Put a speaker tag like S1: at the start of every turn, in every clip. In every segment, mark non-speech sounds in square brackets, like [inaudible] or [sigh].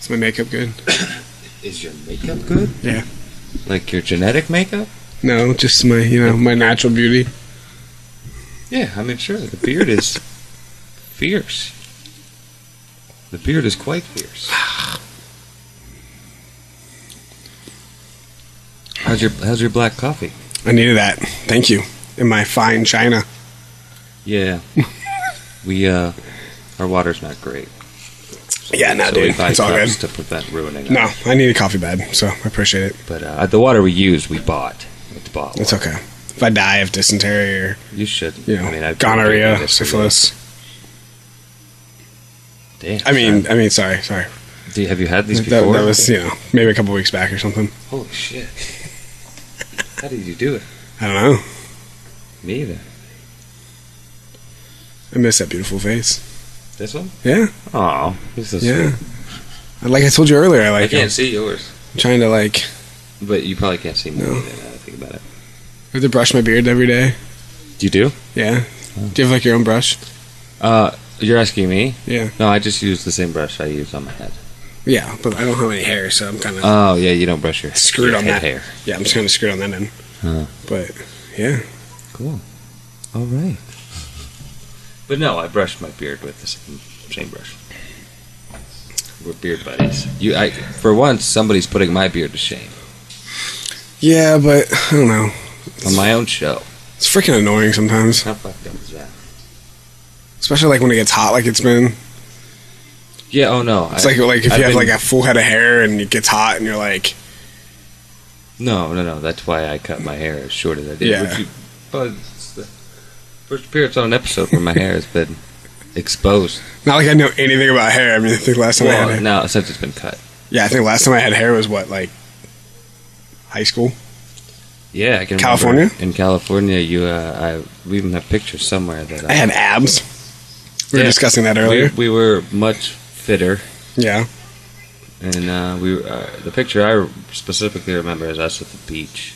S1: Is my makeup good?
S2: Is your makeup good?
S1: Yeah.
S2: Like your genetic makeup?
S1: No, just my you know my natural beauty.
S2: Yeah, I mean, sure. The beard is [laughs] fierce. The beard is quite fierce. How's your How's your black coffee?
S1: I needed that. Thank you. And my fine china. [laughs]
S2: Yeah, we uh, our water's not great.
S1: Yeah, no,
S2: so we
S1: dude,
S2: buy
S1: it's all good.
S2: cups to prevent ruining it.
S1: No, I need a coffee bad, so I appreciate it.
S2: But uh, the water we used, we bought. It's bottled.
S1: It's okay. If I die of dysentery or
S2: You shouldn't.
S1: you know
S2: I mean, I've
S1: gonorrhea, syphilis.
S2: Damn.
S1: I mean, I mean, sorry, sorry.
S2: Do you- have you had these
S1: That,
S2: before?
S1: that was you know maybe a couple weeks back or something.
S2: Holy shit! How did you do it?
S1: I don't know.
S2: Me either.
S1: I miss that beautiful face.
S2: This one?
S1: Yeah,
S2: Oh, this is.
S1: yeah. Like I told you earlier, I
S2: I
S1: like.
S2: can't see yours,
S1: I'm trying to like.
S2: but you probably can't see mine
S1: No.
S2: either. Now that I think about it.
S1: I have to brush my beard every day.
S2: You do?
S1: Yeah. Do you have like your own brush?
S2: Uh, you're asking me?
S1: Yeah.
S2: No, I just use the same brush I use on my head.
S1: Yeah, but I don't have any hair, so I'm kind of
S2: Oh yeah, you don't brush your
S1: Screwed
S2: your
S1: on
S2: head
S1: that.
S2: hair.
S1: yeah, I'm just kind of screwed on that end.
S2: Huh.
S1: But yeah,
S2: Cool. All right. But no, I brushed my beard with the same, same brush. We're beard buddies. You, I, for once, somebody's putting my beard to shame
S1: yeah, but I don't know.
S2: on my own show.
S1: It's freaking annoying sometimes,
S2: How fucked up is that?
S1: especially like when it gets hot, like it's been.
S2: Yeah. Oh no.
S1: It's
S2: I-
S1: like like if you
S2: I've
S1: have
S2: been-
S1: like a full head of hair and it gets hot and you're like,
S2: No, no, no. That's why I cut my hair as short as I did.
S1: Yeah.
S2: Which you, well, it's the first appearance on an episode where my hair has been exposed.
S1: not like I know anything about hair. I mean, I think last time I
S2: Well,
S1: had,
S2: no, since it's been cut.
S1: yeah, I think last time I had hair was what like high school.
S2: Yeah, I can. remember
S1: California?
S2: In California, you, uh, I, we even have pictures somewhere that
S1: I had abs. We were
S2: Yeah.
S1: discussing that
S2: We-
S1: earlier.
S2: We, were much fitter,
S1: Yeah,
S2: and uh, we were- uh, the picture I specifically remember is us at the beach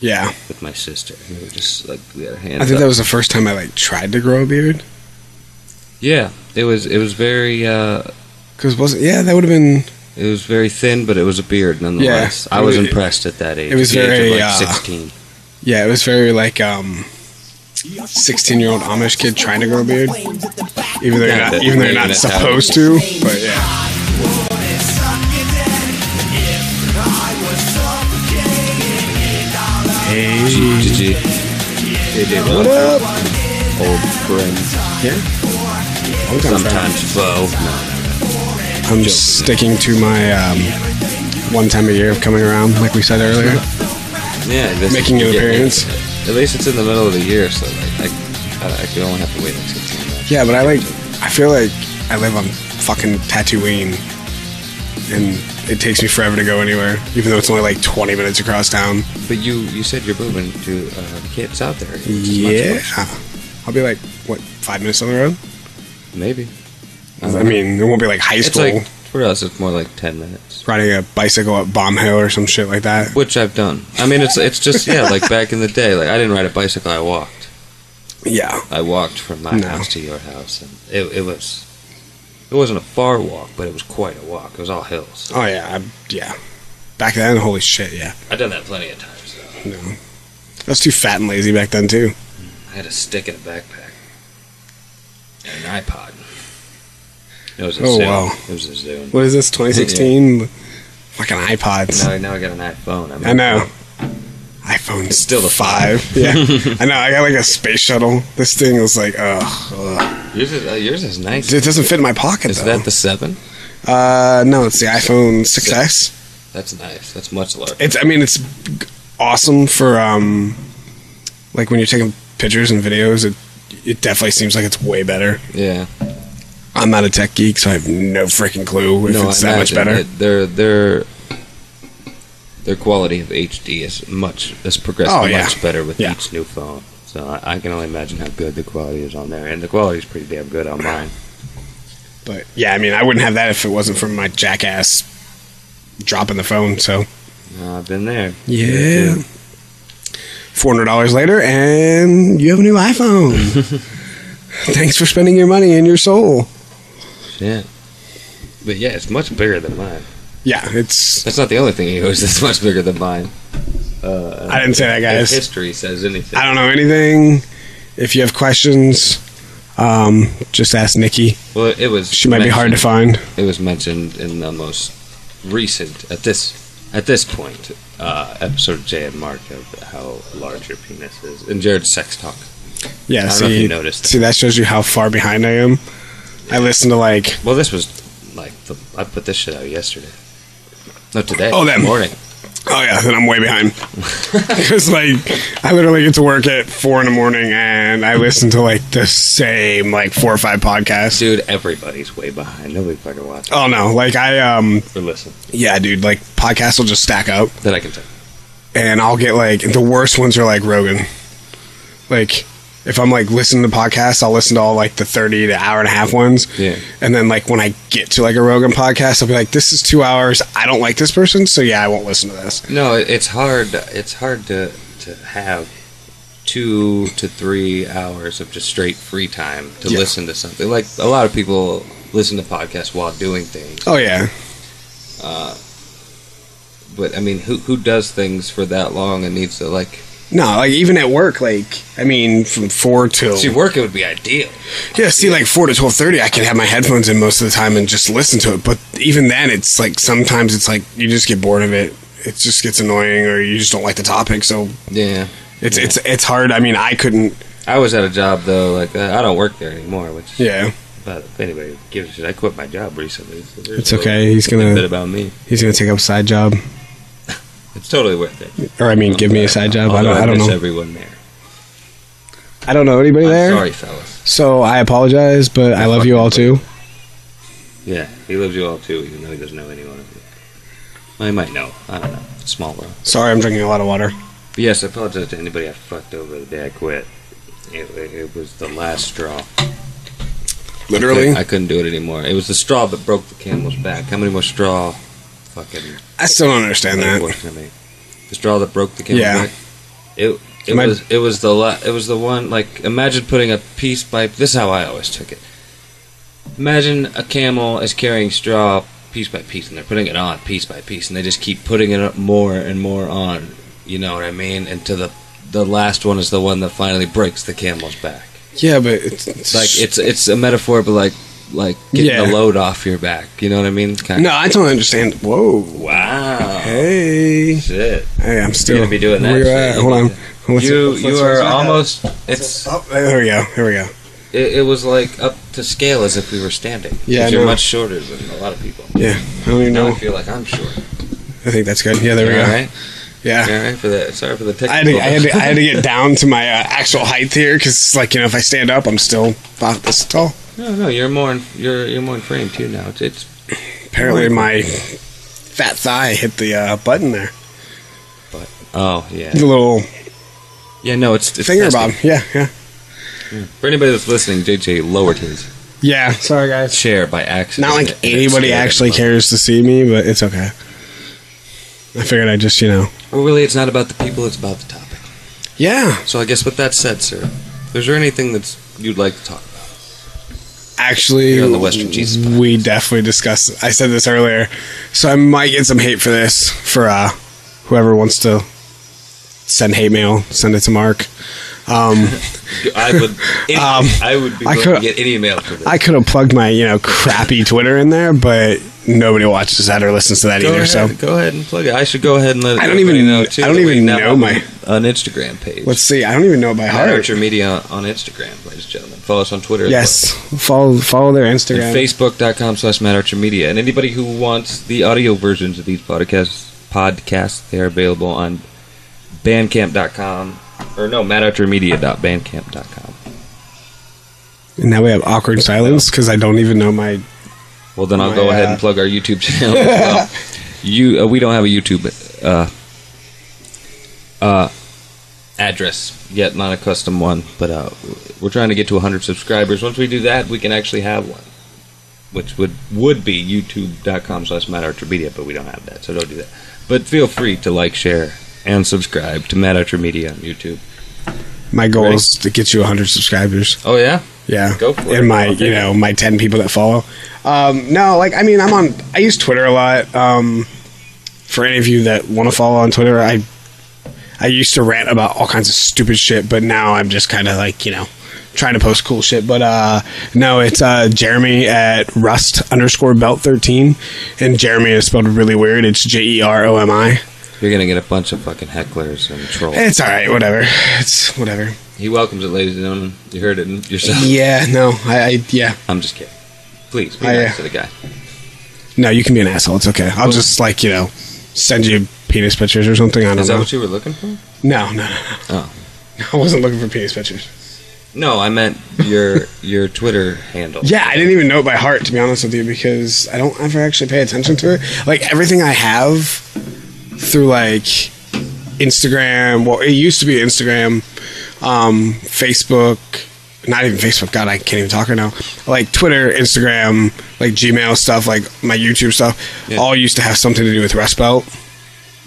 S1: yeah.
S2: with my sister. We were just like we had our hands.
S1: I think
S2: up.
S1: that was the first time I like tried to grow a beard.
S2: yeah. It was it was very uh,
S1: Cause wasn't yeah that would have been
S2: it was very thin, but it was a beard nonetheless.
S1: Yeah.
S2: I was
S1: It was-
S2: impressed at that age.
S1: it was
S2: at the age
S1: very,
S2: of, like
S1: uh,
S2: sixteen.
S1: yeah it was very like um 16 year old Amish kid trying to grow a beard even though you're
S2: Yeah,
S1: not
S2: that-
S1: even though you're
S2: maybe
S1: not
S2: that's how-
S1: supposed to but yeah hey
S2: GG. JJ
S1: what
S2: Watt,
S1: up
S2: old friend.
S1: yeah Long time friend.
S2: Sometimes foe. No.
S1: I'm sticking to my um, one time a year of coming around like we said earlier
S2: Yeah, this
S1: Making an
S2: yeah,
S1: appearance.
S2: At least it's in the middle of the year, so like I, I, I can only have to wait until sixteen. months.
S1: yeah but I like I feel like I live on fucking Tatooine and it takes me forever to go anywhere even though it's only like 20 minutes across town
S2: But you, you said you're moving to uh, kids out there. which is much
S1: Yeah.
S2: closer.
S1: Uh, I'll be like, what, five minutes on the road?
S2: maybe. Um,
S1: I mean, it won't be like high
S2: Uh-huh. it's
S1: school.
S2: like for us, it's more like ten minutes,
S1: riding a bicycle up Bomb Hill or some shit like that.
S2: which I've done. I mean, it's it's just yeah, like back in the day, like I didn't ride a bicycle. I walked.
S1: Yeah.
S2: I walked from my
S1: No.
S2: house to your house, and it, it was. It wasn't a far walk, but it was quite a walk. It was all hills.
S1: Oh, yeah. I, yeah. Back then, holy shit, yeah.
S2: I've done that plenty of times. Though.
S1: No. I was too fat and lazy back then, too.
S2: I had a stick in a backpack and an iPod. It was a
S1: Oh,
S2: Zune.
S1: wow.
S2: It was a Zune.
S1: What is this, 2016? Fucking iPods.
S2: Now, now I got an iPhone. I'm
S1: I know. iPhone
S2: Still the
S1: five. yeah. I know. I got like a space shuttle. This thing was like, ugh. ugh.
S2: [laughs] Yours is, uh, yours is nice.
S1: It doesn't fit in my pocket,
S2: Is
S1: though.
S2: that the seven?
S1: uh, no, it's the iPhone 6S.
S2: That's nice. That's
S1: [laughs]
S2: much larger.
S1: it's i mean it's awesome for um like when you're taking pictures and videos it it definitely seems like it's way better
S2: Yeah,
S1: i'm not a tech geek so i have no freaking clue if
S2: no,
S1: it's
S2: I
S1: that much
S2: imagine
S1: better
S2: it- their their their quality of HD is much has progressed
S1: Oh,
S2: much
S1: yeah.
S2: better with
S1: Yeah.
S2: each new phone. So I, I can only imagine how good the quality is on there, and the quality is pretty damn good on mine.
S1: but yeah i mean i wouldn't have that if it wasn't for my jackass dropping the phone so
S2: Uh, I've been there.
S1: Yeah. $400 later and you have a new
S2: [laughs]
S1: iphone thanks for spending your money and your soul
S2: Yeah. But yeah, it's much bigger than mine.
S1: Yeah, it's.
S2: That's not the only thing he owes that's much bigger than mine. Uh,
S1: I didn't say that,
S2: if
S1: guys.
S2: history says anything.
S1: I don't know anything. If you have questions, um, just ask Nikki.
S2: Well, it was.
S1: She might be hard to
S2: mentioned-
S1: find.
S2: It was mentioned in the most recent at this at this point uh, episode of Jay and Mark of how large your penis is and Jared's sex talk.
S1: Yeah,
S2: I don't know if
S1: see,
S2: you noticed.
S1: see, that shows you how far behind I am. I listen to like
S2: Well, this was like the, I put this shit out yesterday. No, today.
S1: Oh, that-
S2: morning.
S1: Oh yeah, then I'm way behind. [laughs] Because like, I literally get to work at four in the morning, and I listen to like the same like four or five podcasts.
S2: [laughs] Dude, everybody's way behind. Nobody fucking watches
S1: Oh no, like I um
S2: or listen.
S1: yeah, dude, like podcasts will just stack up,
S2: That I can tell.
S1: and I'll get like the worst ones are like Rogan. Like, if I'm like listening to podcasts, I'll listen to all like the thirty to hour and a half ones.
S2: Yeah.
S1: And then like when I get to like a Rogan podcast, I'll be like, this is two hours. I don't like this person, so yeah, I won't listen to this.
S2: No, it- it's hard. It's hard to to have two to three hours of just straight free time to
S1: Yeah.
S2: listen to something. Like a lot of people listen to podcasts while doing things.
S1: Oh yeah,
S2: But I mean, who who does things for that long and needs to like?
S1: no, like even at work, like I mean, from four till
S2: See, work it would be ideal.
S1: Yeah, see, like four to twelve thirty, I can have my headphones in most of the time and just listen to it. But even then, it's like sometimes it's like you just get bored of it. It just gets annoying, or you just don't like the topic. So
S2: Yeah.
S1: it's it's it's hard. I mean, I couldn't.
S2: I was at a job though, like uh, I don't work there anymore, which is
S1: Yeah,
S2: But if anybody gives a shit, I quit my job recently. so there's
S1: it's
S2: a little
S1: okay. He's
S2: Bit
S1: gonna
S2: about me.
S1: he's gonna take up a side job,
S2: It's totally worth it.
S1: or I mean, give me a side job. I
S2: Although
S1: don't. I don't
S2: miss
S1: know.
S2: everyone there.
S1: I don't know anybody
S2: I'm
S1: there.
S2: sorry, fellas.
S1: So I apologize, but I love you all too.
S2: Yeah, he loves you all too, even though he doesn't know anyone. of you. Well, he might know. I don't know. It's small world.
S1: Sorry, I'm drinking a lot of water.
S2: But yes, I apologize to anybody I fucked over the day I quit. It, it, it was the last straw.
S1: Literally,
S2: I couldn't do it anymore. It was the straw that broke the camel's back. How many more straw? Fucking.
S1: I still don't understand that.
S2: unfortunately. The straw that broke the camel's
S1: Yeah.
S2: back. It it
S1: My-
S2: was it was the la- it was the one like imagine putting a piece by this is how I always took it. Imagine a camel is carrying straw piece by piece and they're putting it on piece by piece and they just keep putting it up more and more on. You know what I mean? And to the the last one is the one that finally breaks the camel's back.
S1: Yeah, but it's, it's
S2: Like it's it's a metaphor, but like like getting
S1: Yeah.
S2: the load off your back. You know what I mean? Kind
S1: no, I don't understand. Whoa,
S2: Wow.
S1: hey.
S2: Shit.
S1: Hey, I'm still
S2: gonna be doing that
S1: Where you
S2: shit.
S1: at? Hold on. Let's-
S2: you
S1: let's-
S2: you
S1: let's-
S2: are
S1: let's-
S2: almost. It's
S1: Oh, there we go. Here we go.
S2: it, it was like up to scale as if we were standing.
S1: Yeah,
S2: 'Cause
S1: I
S2: you're
S1: know.
S2: much shorter than a lot of people.
S1: Yeah, I don't even
S2: Now I
S1: know.
S2: feel like I'm short.
S1: I think that's good. Yeah, there we
S2: All
S1: go.
S2: right,
S1: Yeah.
S2: all right for that. Sorry for the
S1: I had, to,
S2: technical.
S1: I, had to, I had to get down to my uh, actual height here because, like, you know, if I stand up, I'm still about this tall.
S2: [laughs] no, no, you're more in, you're you're more in frame too now. It's, it's
S1: Apparently, my fat thigh hit the uh, button there.
S2: oh yeah
S1: The little
S2: yeah no it's, it's
S1: finger
S2: testing.
S1: bob. Yeah, yeah.
S2: For anybody that's listening, JJ lowered his
S1: Yeah, sorry, guys.
S2: chair by accident.
S1: Not
S2: and
S1: like
S2: it
S1: anybody
S2: scared
S1: actually
S2: him.
S1: cares to see me, but it's okay. I figured I just, you know.
S2: Well, really, it's not about the people; it's about the topic.
S1: Yeah.
S2: So I guess with that said, sir, is there anything that's you'd like to talk about?
S1: Actually,
S2: Here on the Western Jesus podcast.
S1: we definitely discussed. I said this earlier, so I might get some hate for this for uh, whoever wants to send hate mail. Send it to Mark. Um,
S2: I
S1: [laughs]
S2: would. Any,
S1: Um,
S2: I would be
S1: I
S2: willing
S1: could-
S2: to get any email for this.
S1: I could have plugged my you know crappy Twitter in there, but nobody watches that or listens to that
S2: go
S1: either.
S2: ahead,
S1: So
S2: go ahead and plug it. I should go ahead and let.
S1: I don't
S2: everybody
S1: even-
S2: know too.
S1: I don't
S2: that we
S1: even
S2: now
S1: know
S2: have
S1: my-
S2: an Instagram page.
S1: let's see. I don't even know by
S2: Matt
S1: heart.
S2: Archer Media on Instagram, ladies and gentlemen. Follow us on Twitter. as
S1: Yes, follow follow their
S2: well.
S1: Instagram.
S2: And Facebook.com slash Matt Archer Media. And anybody who wants the audio versions of these podcasts, podcasts, they are available on Bandcamp.com. Or no, MattArcherMedia.bandcamp.com.
S1: and now we have awkward silence because I don't even know my.
S2: Well, then I'll
S1: My,
S2: go ahead
S1: uh,
S2: and plug our YouTube [laughs] channel. as well. You, uh, we don't have a YouTube uh, uh, address yet, not a custom one, but uh, we're trying to get to 100 subscribers. Once we do that, we can actually have one, which would would be YouTube.com/slash Matt Archer Media, but we don't have that, so don't do that. But feel free to like, share, and subscribe to Matt Archer Media on YouTube.
S1: My goal
S2: Ready?
S1: is to get you 100 subscribers.
S2: Oh yeah,
S1: Yeah.
S2: Go for
S1: and
S2: it.
S1: my,
S2: I'll take
S1: you know, my 10 people that follow. Um, no, like I mean, I'm on. I use Twitter a lot. Um, for any of you that want to follow on Twitter, I I used to rant about all kinds of stupid shit, but now I'm just kind of like you know trying to post cool shit. But uh, no, it's uh, Jeremy at Rust underscore Belt thirteen, and Jeremy is spelled really weird. It's J E R O M I.
S2: You're gonna get a bunch of fucking hecklers and trolls.
S1: It's all right, whatever. It's whatever.
S2: He welcomes it, ladies and gentlemen. You heard it yourself.
S1: Yeah, no, I, I yeah,
S2: I'm just kidding. Please be
S1: I,
S2: nice
S1: uh,
S2: to the guy.
S1: no, you can be an asshole. It's okay. I'll just like you know send you penis pictures or something. I don't
S2: Is that
S1: know.
S2: what you were looking for?
S1: No, no, no.
S2: Oh.
S1: [laughs] I wasn't looking for penis pictures.
S2: No, I meant
S1: [laughs]
S2: your your Twitter handle.
S1: Yeah, I didn't even know it by heart, to be honest with you, because I don't ever actually pay attention to it. Like, everything I have through, like, Instagram, well, it used to be Instagram, um, Facebook, not even Facebook, God, I can't even talk right now. Like, Twitter, Instagram, like, Gmail stuff, like, my YouTube stuff,
S2: Yeah.
S1: all used to have something to do with Rust Belt.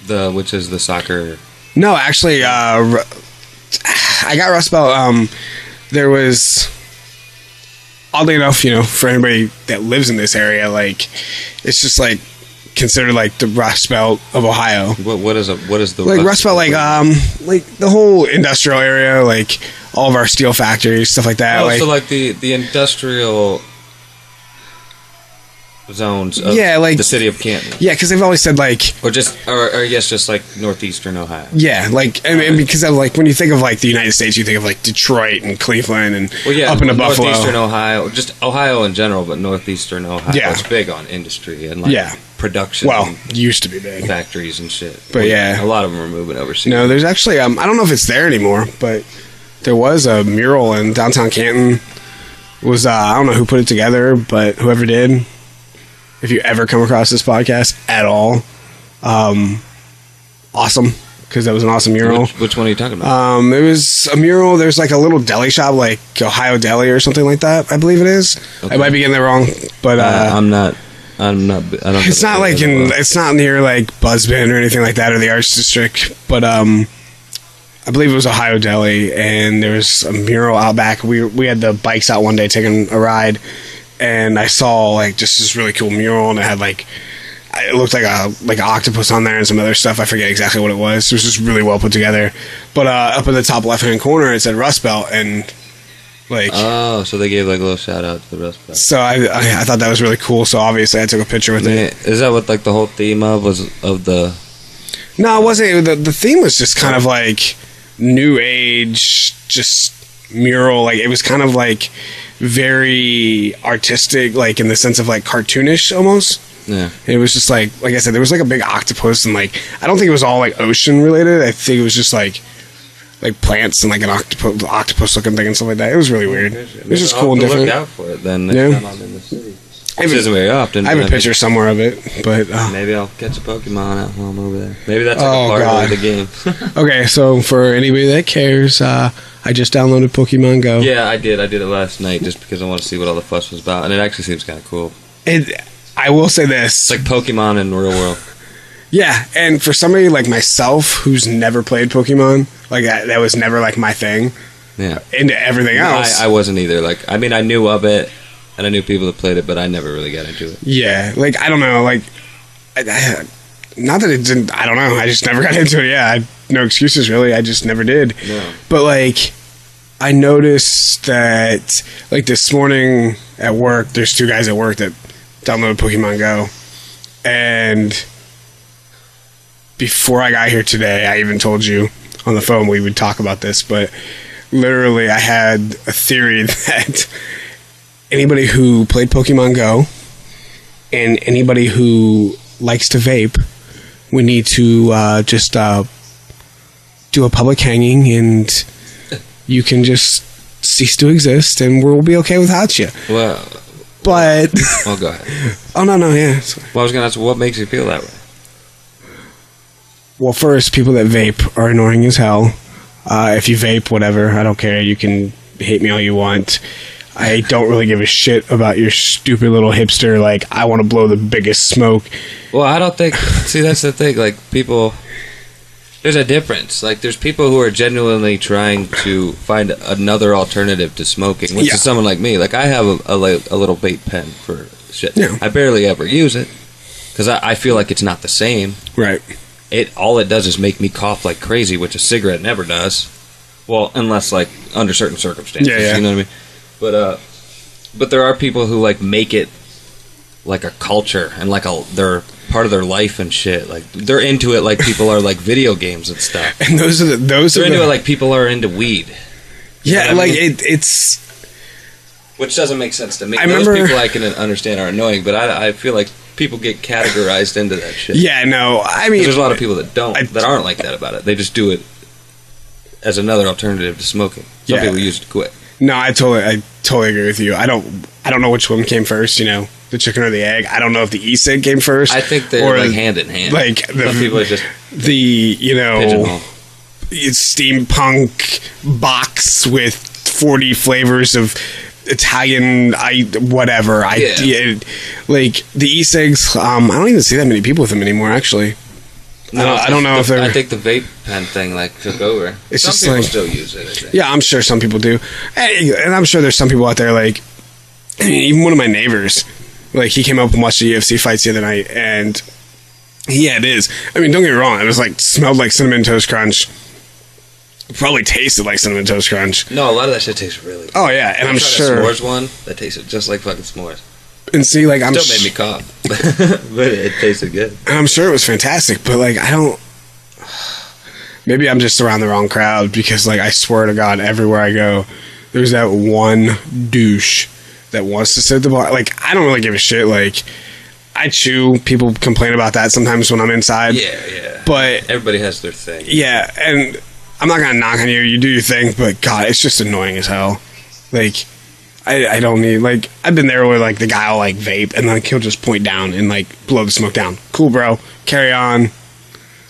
S2: The which is the soccer.
S1: No, actually, uh, r- I got Rust Belt. Um, there was, oddly enough, you know, for anybody that lives in this area, like, it's just like considered like the Rust Belt of Ohio.
S2: What what is a what is the
S1: Like Rust Belt, like um, like the whole industrial area, like all of our steel factories, stuff like that.
S2: oh,
S1: like,
S2: so like the the industrial zones. Of
S1: Yeah, like-
S2: the city of Canton,
S1: yeah, because they've always said like
S2: or just or, or yes, just like northeastern Ohio.
S1: yeah, like and, and because of like when you think of like the United States, you think of like Detroit and Cleveland and
S2: Well, yeah,
S1: up into Buffalo.
S2: northeastern Ohio, just Ohio in general, but northeastern Ohio
S1: Yeah.
S2: is big on industry and like
S1: Yeah.
S2: production,
S1: Well,
S2: and
S1: used to be big.
S2: factories and shit.
S1: But yeah.
S2: a lot of them are moving overseas.
S1: No, there's actually um, I don't know if it's there anymore, but there was a mural in downtown Canton. It was uh, I don't know who put it together, but whoever did, if you ever come across this podcast at all, um, awesome because that was an awesome mural.
S2: which, which one are you talking about?
S1: Um, it was a mural. There's like a little deli shop, like Ohio Deli or something like that. I believe it is.
S2: Okay.
S1: I might be getting that wrong, but uh,
S2: Uh, I'm not. I'm not. I don't.
S1: it's not like in it's not near like Buzzbin or anything like that or the Arts District, but um, I believe it was Ohio Deli, and there was a mural out back. We we had the bikes out one day taking a ride, and I saw like just this really cool mural, and it had like it looked like a like an octopus on there and some other stuff. I forget exactly what it was. It was just really well put together. But uh, up in the top left hand corner, it said Rust Belt, and like
S2: Oh, so they gave like a little shout out to the Rust Belt.
S1: so I, I I thought that was really cool. So obviously I took a picture with it.
S2: Man, Is that what like the whole theme of was of the?
S1: No, it wasn't. The, the theme was just kind of like new age, just mural. Like it was kind of like very artistic, like in the sense of like cartoonish almost.
S2: Yeah,
S1: It was just like, like I said, there was like a big octopus, and like I don't think it was all like ocean related. I think it was just like like plants and like an octopus, octopus looking thing and stuff like that. It was really weird. It was just
S2: I'll
S1: cool and
S2: have to
S1: different.
S2: Look out for it then.
S1: Yeah.
S2: Next time I'm in the city.
S1: I
S2: Which
S1: have,
S2: isn't
S1: a-
S2: very often.
S1: I have a
S2: but
S1: picture somewhere of it, but uh,
S2: Maybe I'll catch a Pokemon out while I'm over there. Maybe that's like
S1: Oh,
S2: a part
S1: God.
S2: of the game.
S1: okay. So for anybody that cares, uh, I just downloaded Pokemon Go.
S2: yeah, I did. I did it last night just because I want to see what all the fuss was about, and it actually seems kind of cool.
S1: It, I will say this.
S2: It's like Pokemon in real world.
S1: yeah, and for somebody like myself who's never played Pokemon, like that, that was never like my thing.
S2: Yeah,
S1: Into everything
S2: I,
S1: else,
S2: I wasn't either. Like, I mean, I knew of it, and I knew people that played it, but I never really got into it.
S1: yeah. Like I don't know, like I, I, not that it didn't. I don't know. I just never [laughs] got into it. Yeah, I, no excuses really. I just never did.
S2: No.
S1: But like, I noticed that like this morning at work, there's two guys at work that downloaded Pokemon Go, and before I got here today, I even told you on the phone we would talk about this, but literally, I had a theory [laughs] that anybody who played Pokemon Go and anybody who likes to vape, we need to uh, just uh, do a public hanging and you can just cease to exist and we'll be okay without you.
S2: Well,
S1: But [laughs]
S2: well, go ahead.
S1: oh no no yeah. Sorry.
S2: Well, I was gonna ask, what makes you feel that way?
S1: Well, first, people that vape are annoying as hell. Uh, if you vape, whatever, I don't care. You can hate me all you want. I don't really give a shit about your stupid little hipster. Like I want to blow the biggest smoke.
S2: Well, I don't think. See, that's the thing. Like people, there's a difference. Like there's people who are genuinely trying to find another alternative to smoking, which
S1: Yeah.
S2: is someone like me. Like I have a, a, li- a little vape pen for shit.
S1: Yeah.
S2: I barely ever use it because I, I feel like it's not the same.
S1: Right.
S2: It all it does is make me cough like crazy, which a cigarette never does. Well, unless like under certain circumstances,
S1: Yeah, yeah.
S2: you know what I mean. But uh, but there are people who like make it like a culture and like a they're part of their life and shit. Like they're into it, like people are like video games
S1: [laughs]
S2: and stuff.
S1: [laughs] And those are the those
S2: They're
S1: are
S2: into
S1: the,
S2: it like people are into weed,
S1: yeah,
S2: I
S1: like
S2: mean-
S1: it, it's
S2: which doesn't make sense to me.
S1: I
S2: Those
S1: remember-
S2: people I can understand are annoying, but I, I feel like people get categorized
S1: [laughs]
S2: into that shit.
S1: yeah. No, I mean,
S2: There's a lot of people that don't,
S1: I-
S2: that aren't like that about it. They just do it as another alternative to smoking. Some
S1: Yeah.
S2: people use it to quit.
S1: No, I totally, I totally agree with you. I don't, I don't know which one came first. You know, the chicken or the egg. I don't know if the e-cig came first.
S2: I think they're
S1: Or,
S2: like hand in hand.
S1: like
S2: Some people
S1: the
S2: are just
S1: the you know
S2: pigeonhole.
S1: it's steampunk box with forty flavors of Italian, I whatever. I
S2: Yeah.
S1: it- like the e-cigs. Um, I don't even see that many people with them anymore. Actually, I don't- I don't know
S2: the-
S1: if they're-
S2: I think the vape pen thing like took over.
S1: It's
S2: Some
S1: just
S2: people
S1: like-
S2: still use it. I think.
S1: Yeah, I'm sure some people do, and, and I'm sure there's some people out there like even one of my neighbors, like he came up and watched the UFC fights the other night, and he had his. I mean, don't get me wrong, it was like smelled like cinnamon toast crunch, probably tasted like cinnamon toast crunch.
S2: No, a lot of that shit tastes really. Good.
S1: Oh yeah, and
S2: I
S1: I'm
S2: tried a
S1: sure.
S2: S'mores one that tasted just like fucking s'mores.
S1: And see, like I'm
S2: Still
S1: s-
S2: made me cough, [laughs] but it tasted good.
S1: and I'm sure it was fantastic, but like I don't. Maybe I'm just around the wrong crowd because, like, I swear to God, everywhere I go, there's that one douche that wants to sit at the bar. Like, I don't really give a shit. Like, I chew. People complain about that sometimes when I'm inside.
S2: Yeah, yeah.
S1: But
S2: Everybody has their thing.
S1: yeah, and I'm not gonna knock on you. You do your thing, but God, it's just annoying as hell. Like, I, I don't need like I've been there where like the guy will like vape and like he'll just point down and like blow the smoke down. Cool, bro. Carry on.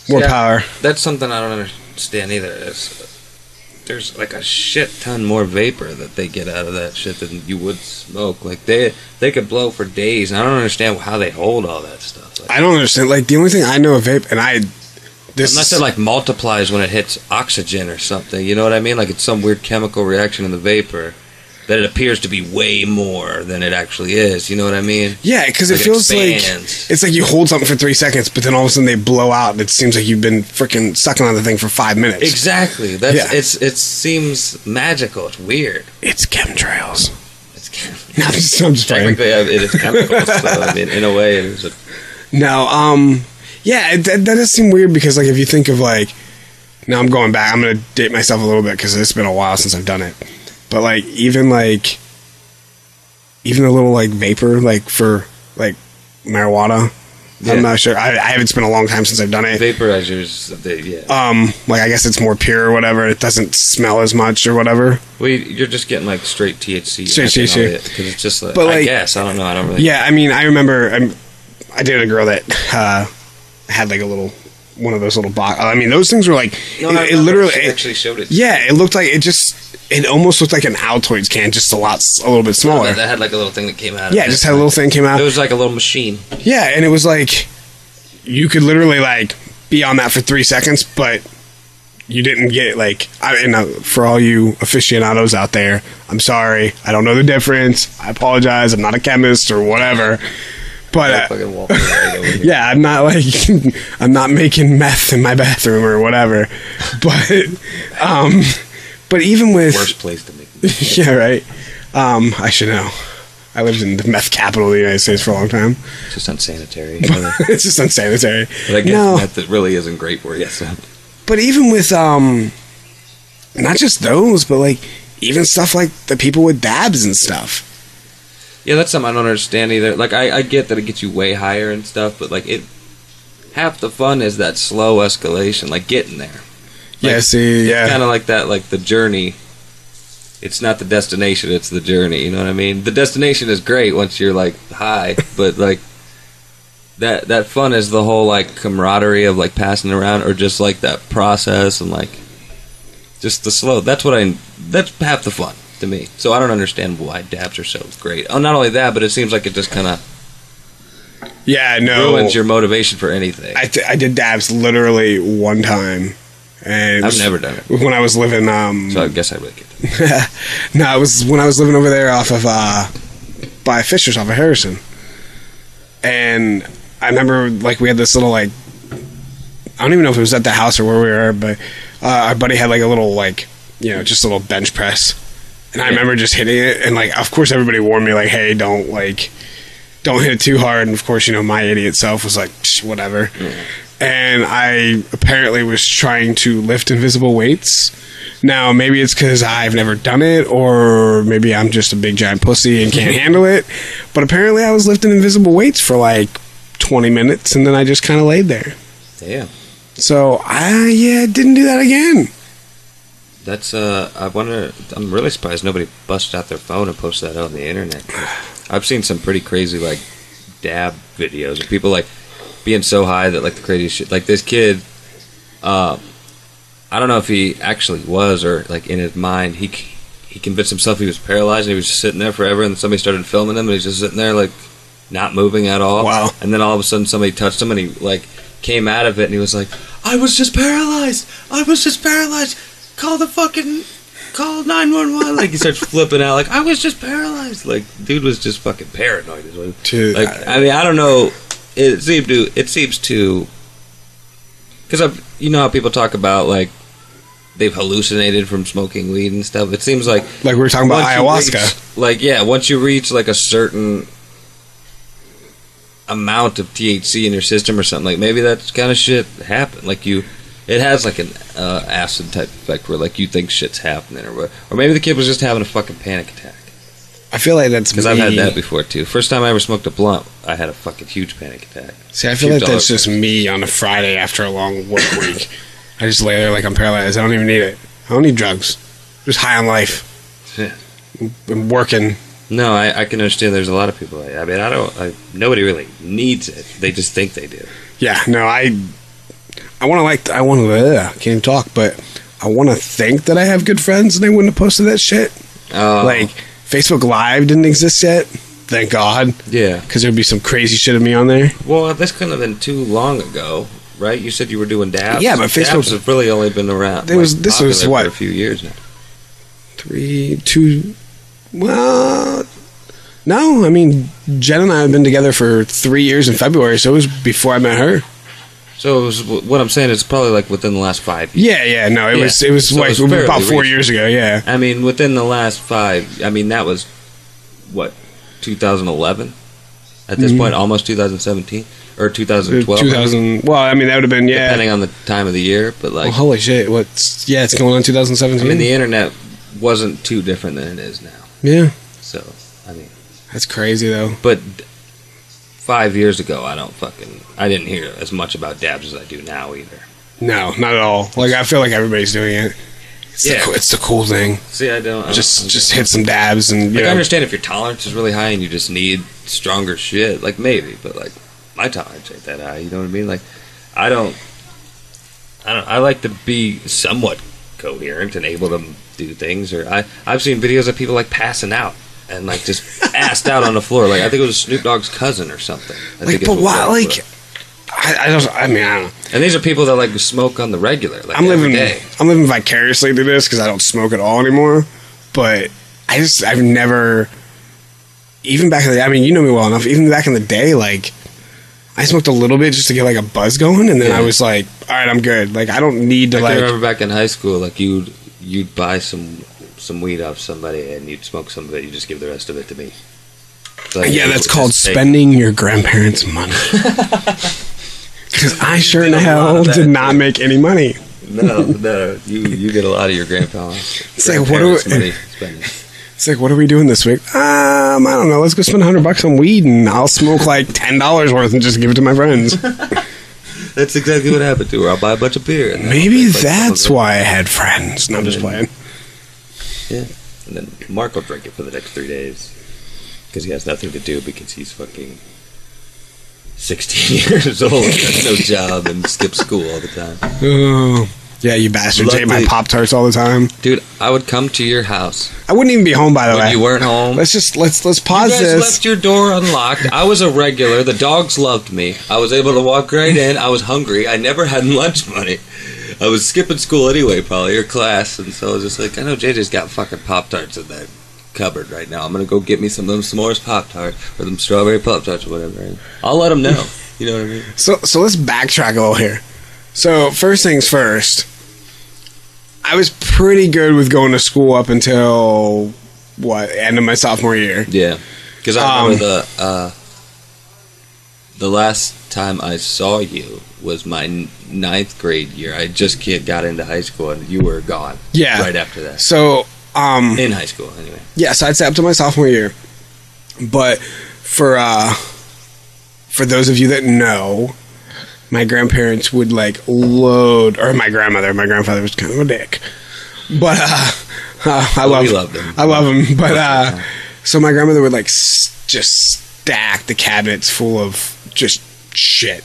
S1: More
S2: Yeah.
S1: power.
S2: That's something I don't understand either. Is there's like a shit ton more vapor that they get out of that shit than you would smoke. Like they they could blow for days, and I don't understand how they hold all that stuff. Like,
S1: I don't understand. Like the only thing I know of vape, and I this
S2: unless it like multiplies when it hits oxygen or something. You know what I mean? Like it's some weird chemical reaction in the vapor that it appears to be way more than it actually is. You know what I mean?
S1: yeah, because it
S2: like,
S1: feels
S2: expands.
S1: like it's like you hold something for three seconds, but then all of a sudden they blow out, and it seems like you've been freaking sucking on the thing for five minutes.
S2: Exactly. That's
S1: Yeah.
S2: it's it seems magical. It's weird.
S1: it's chemtrails. [laughs]
S2: It's kind of,
S1: I'm just, I'm just playing.
S2: technically
S1: [laughs]
S2: uh, it is chemical. so, I mean, in a way, it is a
S1: No, um, yeah, it, that, that does seem weird because, like, if you think of, like, now I'm going back, I'm going to date myself a little bit because it's been a while since I've done it. But, like, even, like, even the little, like, vapor, like, for, like, marijuana,
S2: Yeah.
S1: I'm not sure. I, I haven't, it's been a long time since I've done it.
S2: vaporizers. They, yeah.
S1: Um, like, I guess it's more pure or whatever. It doesn't smell as much or whatever.
S2: Well, you- you're just getting like straight THC.
S1: Straight THC.
S2: Because it's just like,
S1: But,
S2: I
S1: like-
S2: guess. I don't know. I don't really.
S1: Yeah, I mean, I remember I'm, I dated a girl that uh, had, like, a little, one of those little box. I mean, those things were, like,
S2: No,
S1: it-
S2: I
S1: it,
S2: remember
S1: literally.
S2: She
S1: it-
S2: actually showed it.
S1: Yeah, it looked like it just. It almost looked like an Altoids can, just a lot, s- a little bit smaller.
S2: Oh, That, that had like a little thing that came out.
S1: Yeah,
S2: of
S1: it
S2: it.
S1: just had a little uh, thing came
S2: It
S1: out.
S2: was like a
S1: [laughs]
S2: little machine.
S1: Yeah, and it was like, you could literally like be on that for three seconds, but you didn't get like. I and uh, for all you aficionados out there, I'm sorry, I don't know the difference. I apologize. I'm not a chemist or whatever, but.
S2: Like
S1: Uh,
S2: fucking walking right over here.
S1: [laughs] yeah, I'm not like I'm not making meth in my bathroom or whatever, but [laughs] um, but even with
S2: Worst place to make.
S1: [laughs] yeah, right. Um, I should know. I lived in the meth capital of the United States for a long time. [laughs]
S2: It's just unsanitary. you know?
S1: it's just unsanitary.
S2: but I guess
S1: no,
S2: that, that really isn't great for you. So.
S1: but even with um, not just those, but like even stuff like the people with dabs and stuff.
S2: Yeah, that's something I don't understand either. Like, I, I get that it gets you way higher and stuff, but like it. Half the fun is that slow escalation, like getting there.
S1: yeah, see, yeah,
S2: kind of like that, like the journey. It's not the destination; it's the journey. You know what I mean? The destination is great once you're like
S1: [laughs]
S2: high, but like that that fun is the whole like camaraderie of like passing around, or just like that process and like just the slow. That's what I. That's half the fun to me. So I don't understand why dabs are so great. Oh, not only that, but it seems like it just kind of
S1: yeah. No,
S2: ruins your motivation for anything.
S1: I, th- I did dabs literally one time, and
S2: I've never done it,
S1: when I was living um,
S2: so I guess I really get it.
S1: no, it was when I was living over there off of uh, by Fisher's off of Harrison. and I remember like we had this little like I don't even know if it was at the house or where we were, but uh, our buddy had like a little like you know just a little bench press, and I remember just hitting it, and like of course everybody warned me like, hey, don't like don't hit it too hard, and of course you know my idiot self was like Psh, whatever, and I apparently was trying to lift invisible weights. Now maybe it's because I've never done it, or maybe I'm just a big giant pussy and
S2: [laughs]
S1: can't handle it. But apparently I was lifting invisible weights for like 20 minutes, and then I just kind of laid there.
S2: Damn.
S1: So I yeah didn't do that again.
S2: That's uh, I wonder. I'm really surprised nobody busted out their phone and posted that on the internet. I've seen some pretty crazy like dab videos of people like being so high that like the craziest shit. Like this kid, uh, I don't know if he actually was or like in his mind he c- he convinced himself he was paralyzed and he was just sitting there forever. And somebody started filming him and he's just sitting there like not moving at all.
S1: Wow.
S2: And then all of a sudden somebody touched him and he like came out of it and he was like, I was just paralyzed. I was just paralyzed. Call the fucking call 911 like he starts flipping out like i was just paralyzed like dude was just fucking paranoid is what
S1: Dude,
S2: like
S1: I-
S2: I, mean i don't know it seemed to it seems to because i've you know how people talk about like they've hallucinated from smoking weed and stuff it seems like
S1: Like we were talking about
S2: once you
S1: ayahuasca.
S2: reach- like yeah once you reach like a certain amount of thc in your system or something like maybe that kind of shit happened like you it has like an uh, acid type effect where like you think shit's happening or what or maybe the kid was just having a fucking panic attack
S1: I feel like that's
S2: because i've had
S1: me.
S2: that before too first time i ever smoked a blunt i had a fucking huge panic attack
S1: See, I feel
S2: Huge
S1: like that's
S2: dollar.
S1: just me on a Friday after a long work [coughs] week. I just lay there like I'm paralyzed. I don't even need it. I don't need drugs. just high on life.
S2: Yeah.
S1: I'm working.
S2: no I, I can understand there's a lot of people i, I mean i don't I, nobody really needs it they just think they do
S1: Yeah, no, I, I want to like, I want to, can't even talk, but I want to think that I have good friends and they wouldn't have posted that shit.
S2: uh,
S1: Like, Facebook Live didn't exist yet. Thank God,
S2: yeah
S1: because there'd be some crazy shit of me on there.
S2: Well, this couldn't have been too long ago, right? You said you were doing dabs.
S1: Yeah, but Facebook-
S2: dabs have really only been around.
S1: There was- this was
S2: popular for
S1: what?
S2: a few years now.
S1: Three, two, well, no, I mean, Jen and I have been together for three years in February, so it was before I met her.
S2: So it was, what I'm saying is probably like within the last five. years.
S1: Yeah, yeah, no, it
S2: Yeah.
S1: was, it was
S2: So
S1: like
S2: it's fairly
S1: about four
S2: recent.
S1: years ago, yeah.
S2: I mean, within the last five. I mean, that was what 2011. At this
S1: Mm-hmm.
S2: point, almost 2017 or 2012.
S1: 2000, well, I mean, that would have been, yeah.
S2: Depending on the time of the year, but like,
S1: Well, holy shit! What's yeah? It's going on
S2: I
S1: 2017.
S2: mean, the internet wasn't too different than it is now.
S1: yeah,
S2: So, I mean.
S1: that's crazy though.
S2: But d- five years ago, I don't fucking. I didn't hear as much about dabs as I do now either.
S1: No, not at all. Like I feel like everybody's doing it. It's
S2: Yeah.
S1: the, cool- it's the cool thing.
S2: See, I don't. I
S1: Just
S2: don't-
S1: just hit some dabs and you
S2: Like, I
S1: know.
S2: understand if your tolerance is really high and you just need stronger shit, like maybe, but like my tolerance ain't that high. You know what I mean? Like, I don't. I don't. I like to be somewhat coherent and able to do things. Or I, I've seen videos of people like passing out and like
S1: [laughs]
S2: just assed out on the floor. Like I think it was Snoop Dogg's cousin or something. I think
S1: Like,
S2: is
S1: but
S2: what
S1: why?
S2: it was.
S1: Like, I, I don't. I mean, I don't.
S2: And these are people that like smoke on the regular. Like
S1: I'm
S2: every
S1: living.
S2: day.
S1: I'm living vicariously through this because I don't smoke at all anymore. But I just I've never. Even back in the day, I mean, you know me well enough. Even back in the day, like, I smoked a little bit just to get like a buzz going, and then I
S2: Yeah.
S1: was like, "All right, I'm good." Like, I don't need to
S2: I
S1: like.
S2: can remember back in high school, like you'd you'd buy some some weed off somebody and you'd smoke some of it. You just give the rest of it to me. So, like,
S1: Yeah,
S2: you
S1: that's
S2: would
S1: called
S2: just take-
S1: spending your grandparents'
S2: [laughs]
S1: money. Because I sure in
S2: did a lot
S1: hell
S2: of that,
S1: did not
S2: too.
S1: make any money.
S2: No, no, you you get a lot of your grandparents.
S1: [laughs] It's like, what do we-
S2: money spending.
S1: It's like, what are we doing this week? Um, I don't know. Let's go spend hundred bucks on weed, and I'll smoke like ten dollars worth and just give it to my
S2: [laughs]
S1: friends.
S2: That's exactly what happened to her. I'll buy a bunch of beer. And then I'll
S1: Maybe
S2: drink, like, some of
S1: that's
S2: it.
S1: why I had friends. No, I'm just playing.
S2: And then Mark will drink it for the next three days because he has nothing to do because he's fucking sixteen [laughs] years old, has no job, and skips school all the time.
S1: Oh, yeah, you bastards ate my
S2: Luckily-
S1: pop tarts all the time.
S2: Dude, I would come to your house
S1: Oh, I wouldn't even be home by the
S2: when
S1: way.
S2: you weren't home.
S1: Let's just let's let's
S2: you
S1: pause
S2: guys
S1: this.
S2: left your door unlocked. I was a regular. The dogs loved me. I was able to walk right in. I was hungry. I never had [laughs] lunch money. I was skipping school anyway, probably, or class, and so I was just like, I know JJ's got fucking Pop Tarts in that cupboard right now. I'm gonna go get me some of them s'mores pop tarts or them strawberry pop tarts or whatever. And I'll let them know. [laughs] You know what I mean?
S1: So so let's backtrack a little here. So first things first, I was pretty good with going to school up until what end of my sophomore year.
S2: Yeah, because I remember the uh, the last time I saw you was my n- ninth grade year. I just kid got into high school and you were gone.
S1: Yeah.
S2: right after that
S1: So um
S2: in high school anyway.
S1: yeah, so I'd say up to my sophomore year. But for uh for those of you that know, my grandparents would like load or my grandmother, my grandfather was kind of a dick. But uh, [laughs] uh I
S2: Well,
S1: love
S2: we loved him.
S1: I love him,
S2: [laughs]
S1: but uh so my grandmother would like s- just stack the cabinets full of just shit.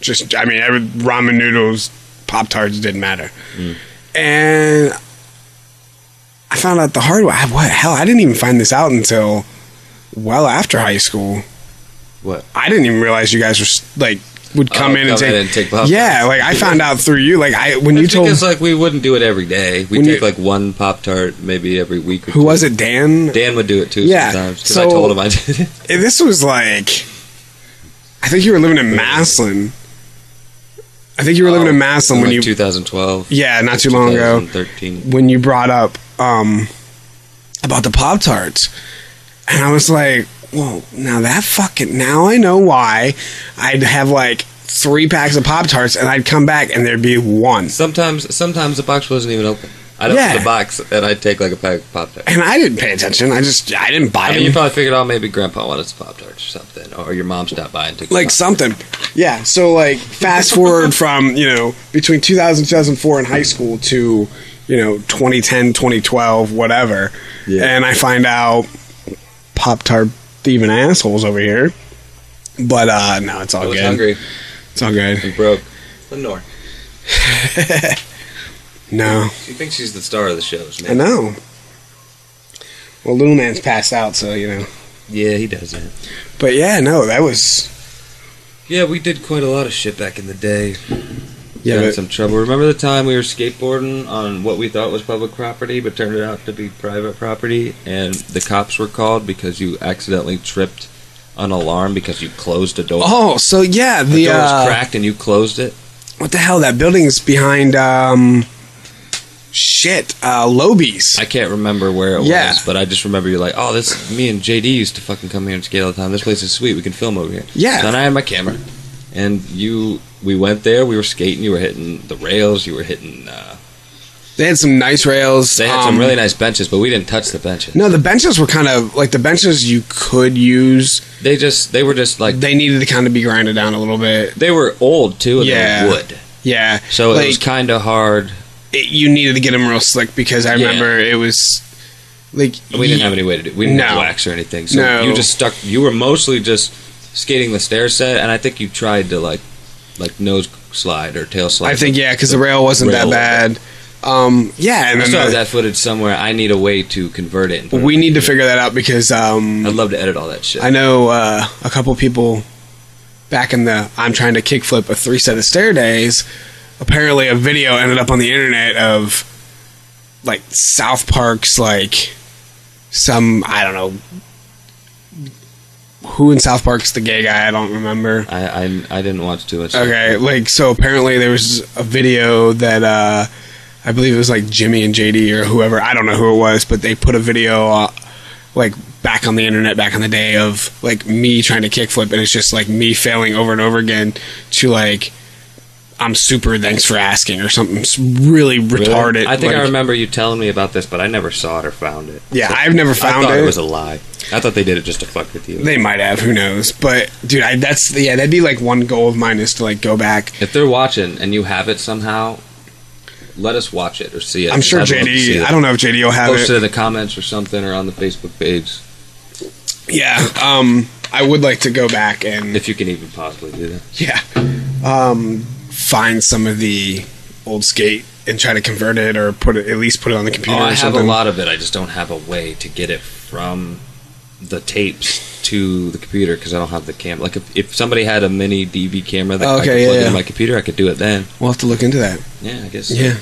S1: Just I mean, every, ramen noodles, pop tarts didn't matter.
S2: Hmm.
S1: And I found out the hard way. I- What hell? I didn't even find this out until well after high school.
S2: What?
S1: I didn't even realize you guys were s- like would come
S2: Oh,
S1: in and
S2: come
S1: take.
S2: in and take pop
S1: yeah,
S2: tarts.
S1: like I found out through you. Like I when you
S2: It's
S1: told
S2: because like we wouldn't do it every day. We
S1: When
S2: take
S1: you-
S2: like one pop tart maybe every week. Or
S1: who
S2: two.
S1: was it, Dan?
S2: Dan would do it too
S1: Yeah,
S2: sometimes because I
S1: so-
S2: told him I
S1: [laughs]
S2: did it.
S1: And This was like, I think you were living in Maslin. I think you were living in Maslin when
S2: Oh, like
S1: you
S2: 2012.
S1: yeah, not too long ago.
S2: 2013.
S1: when you brought up um, about the Pop Tarts, and I was like, "Well, now that fucking now I know why I'd have like three packs of Pop Tarts, and I'd come back and there'd be one."
S2: Sometimes, sometimes the box wasn't even open. I'd
S1: Yeah.
S2: open the box and I'd take like a pack of pop tarts.
S1: And I didn't pay attention. I just I didn't buy
S2: I
S1: them.
S2: mean, you probably figured out maybe Grandpa wanted some pop tarts or something, or your mom stopped by and took
S1: like
S2: some.
S1: something. Yeah. So like fast forward from, you know, between 2000 2004 in high school to, you know, 2010, 2012, whatever.
S2: Yeah.
S1: And I find out Pop Tart thieving assholes over here. But uh no, it's all
S2: I was
S1: good.
S2: hungry
S1: It's all good.
S2: and broke. Lenore,
S1: No.
S2: she thinks she's the star of the shows,
S1: I
S2: man.
S1: know. Well, little man's passed out, so you know.
S2: Yeah, he does that.
S1: But yeah, no, that was
S2: Yeah, we did quite a lot of shit back in the day.
S1: yeah,
S2: got in
S1: but-
S2: some trouble. Remember the time we were skateboarding on what we thought was public property, but turned it out to be private property, and the cops were called because you accidentally tripped an alarm because you closed a door.
S1: Oh, so yeah, the,
S2: the door
S1: uh,
S2: was cracked and you closed it.
S1: what the hell? That building's behind um shit, uh Lobies.
S2: I can't remember where it
S1: Yeah.
S2: was, but I just remember you're like, "Oh, this me and JD used to fucking come here and skate all the time. This place is sweet. We can film over here."
S1: Yeah.
S2: So then I had my camera, and you, we went there. We were skating. You were hitting the rails. You were hitting. Uh,
S1: They had some nice rails.
S2: they had
S1: um,
S2: some really nice benches, but we didn't touch the benches.
S1: No, the benches were kind of like the benches you could use.
S2: They just they were just like
S1: They needed to kind of be grinded down a little bit.
S2: They were old too, and
S1: Yeah.
S2: they were wood.
S1: Yeah,
S2: So it was
S1: Like-
S2: kind of hard.
S1: it, you needed to get them real slick because I
S2: Yeah.
S1: remember it was like
S2: We didn't have any way to do. We didn't have
S1: No.
S2: wax or anything. So
S1: No.
S2: you just stuck. You were mostly just skating the stair set, and I think you tried to like, like nose slide or tail slide.
S1: I think yeah, because the rail wasn't
S2: rail.
S1: that bad. Um, yeah, and
S2: I
S1: then
S2: still have
S1: the-
S2: that footage somewhere. I need a way to convert it. and put it
S1: we
S2: on
S1: need to
S2: YouTube.
S1: figure that out because um,
S2: I'd love to edit all that shit.
S1: I know uh, a couple people back in the I'm trying to kickflip a three set of stair days. Apparently, a video ended up on the internet of like South Park's like some I don't know who in South Park's the gay guy I don't remember.
S2: I, I I didn't watch too much.
S1: Okay, like so apparently there was a video that uh I believe it was like Jimmy and JD or whoever, I don't know who it was, but they put a video uh, like back on the internet back in the day of like me trying to kickflip and it's just like me failing over and over again to like I'm super thanks for asking or something s- really
S2: Really?
S1: retarded.
S2: I think
S1: like-
S2: I remember you telling me about this, but I never saw it or found it.
S1: Yeah, I've never
S2: I
S1: found
S2: thought
S1: it.
S2: it. was a lie. I thought they did it just to fuck with you.
S1: they might have, who knows? But dude, I, that's yeah, that'd be like one goal of mine is to like go back
S2: If they're watching and you have it somehow, let us watch it or see it.
S1: I'm sure
S2: I'd love to see
S1: JD.
S2: it. Oh,
S1: I don't know if JD will have
S2: post
S1: it.
S2: it in the comments or something or on the Facebook page
S1: Yeah, um, I would like to go back and
S2: if you can even possibly do that.
S1: yeah, um, find some of the old skate and try to convert it or put it at least put it on the
S2: Oh,
S1: computer
S2: I
S1: or
S2: have
S1: something.
S2: a lot of it. I just don't have a way to get it from the tapes to the computer because I don't have the camera. Like if, if somebody had a mini DV camera that I could
S1: Okay, yeah,
S2: plug
S1: yeah.
S2: in my computer, I could do it then.
S1: We'll have to look into that.
S2: Yeah, I guess. so.
S1: Yeah,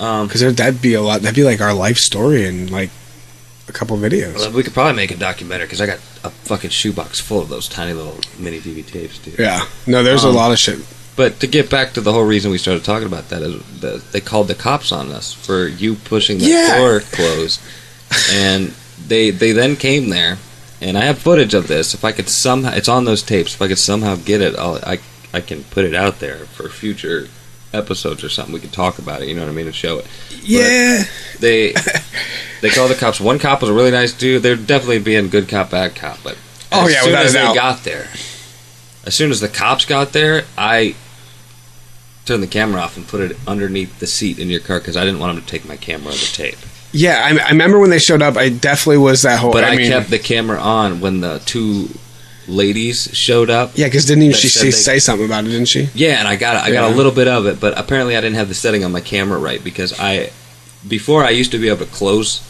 S2: Um,
S1: because that'd be a lot. That'd be like our life story and like a couple videos.
S2: Well, we could probably make a documentary because I got a fucking shoebox full of those tiny little mini DV tapes, dude.
S1: Yeah. No, there's
S2: Um,
S1: a lot of shit.
S2: But to get back to the whole reason we started talking about that is that they called the cops on us for you pushing the
S1: Yeah.
S2: door closed, and they they then came there, and I have footage of this. If I could somehow, it's on those tapes. If I could somehow get it, I'll, I I can put it out there for future episodes or something. We could talk about it. You know what I mean? And show it.
S1: Yeah. [laughs]
S2: They they called the cops. One cop was a really nice dude. They're definitely being good cop, bad cop. But
S1: Oh,
S2: as
S1: yeah,
S2: soon
S1: without
S2: as
S1: a
S2: they
S1: doubt.
S2: got there, as soon as the cops got there, I turned the camera off and put it underneath the seat in your car because I didn't want them to take my camera or the tape.
S1: Yeah. I, I remember when they showed up. I definitely was that whole.
S2: But
S1: I,
S2: I,
S1: mean,
S2: kept the camera on when the two ladies showed up.
S1: yeah, because didn't even
S2: that
S1: she
S2: said
S1: say,
S2: they-
S1: say something about it? Didn't she?
S2: Yeah, and I got I got
S1: Yeah.
S2: a little bit of it, but apparently I didn't have the setting on my camera right because I before I used to be able to close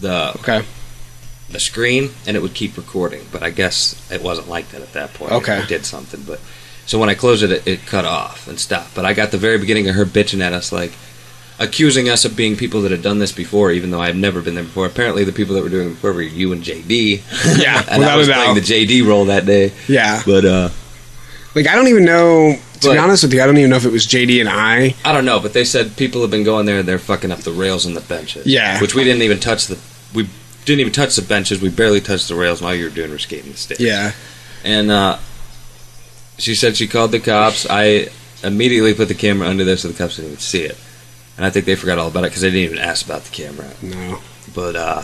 S2: the
S1: Okay.
S2: the screen and it would keep recording, but I guess it wasn't like that at that point.
S1: Okay.
S2: I did something, but so when I closed it, it, it cut off and stopped. But I got the very beginning of her bitching at us, like accusing us of being people that had done this before, even though I've never been there before. Apparently, the people that were doing it before were you and JD.
S1: [laughs] Yeah,
S2: and I
S1: without
S2: was
S1: a doubt.
S2: playing the JD role that day.
S1: Yeah.
S2: But uh,
S1: Like I don't even know. To
S2: But-
S1: be honest with you, I don't even know if it was JD and I.
S2: I don't know, but they said people have been going there and they're fucking up the rails and the benches.
S1: Yeah.
S2: Which we didn't even touch the we didn't even touch the benches. We barely touched the rails. And all you were doing was skating the sticks.
S1: Yeah.
S2: And uh, she said she called the cops. I immediately put the camera under there so the cops didn't even see it. And I think they forgot all about it because they didn't even ask about the camera.
S1: No.
S2: But uh,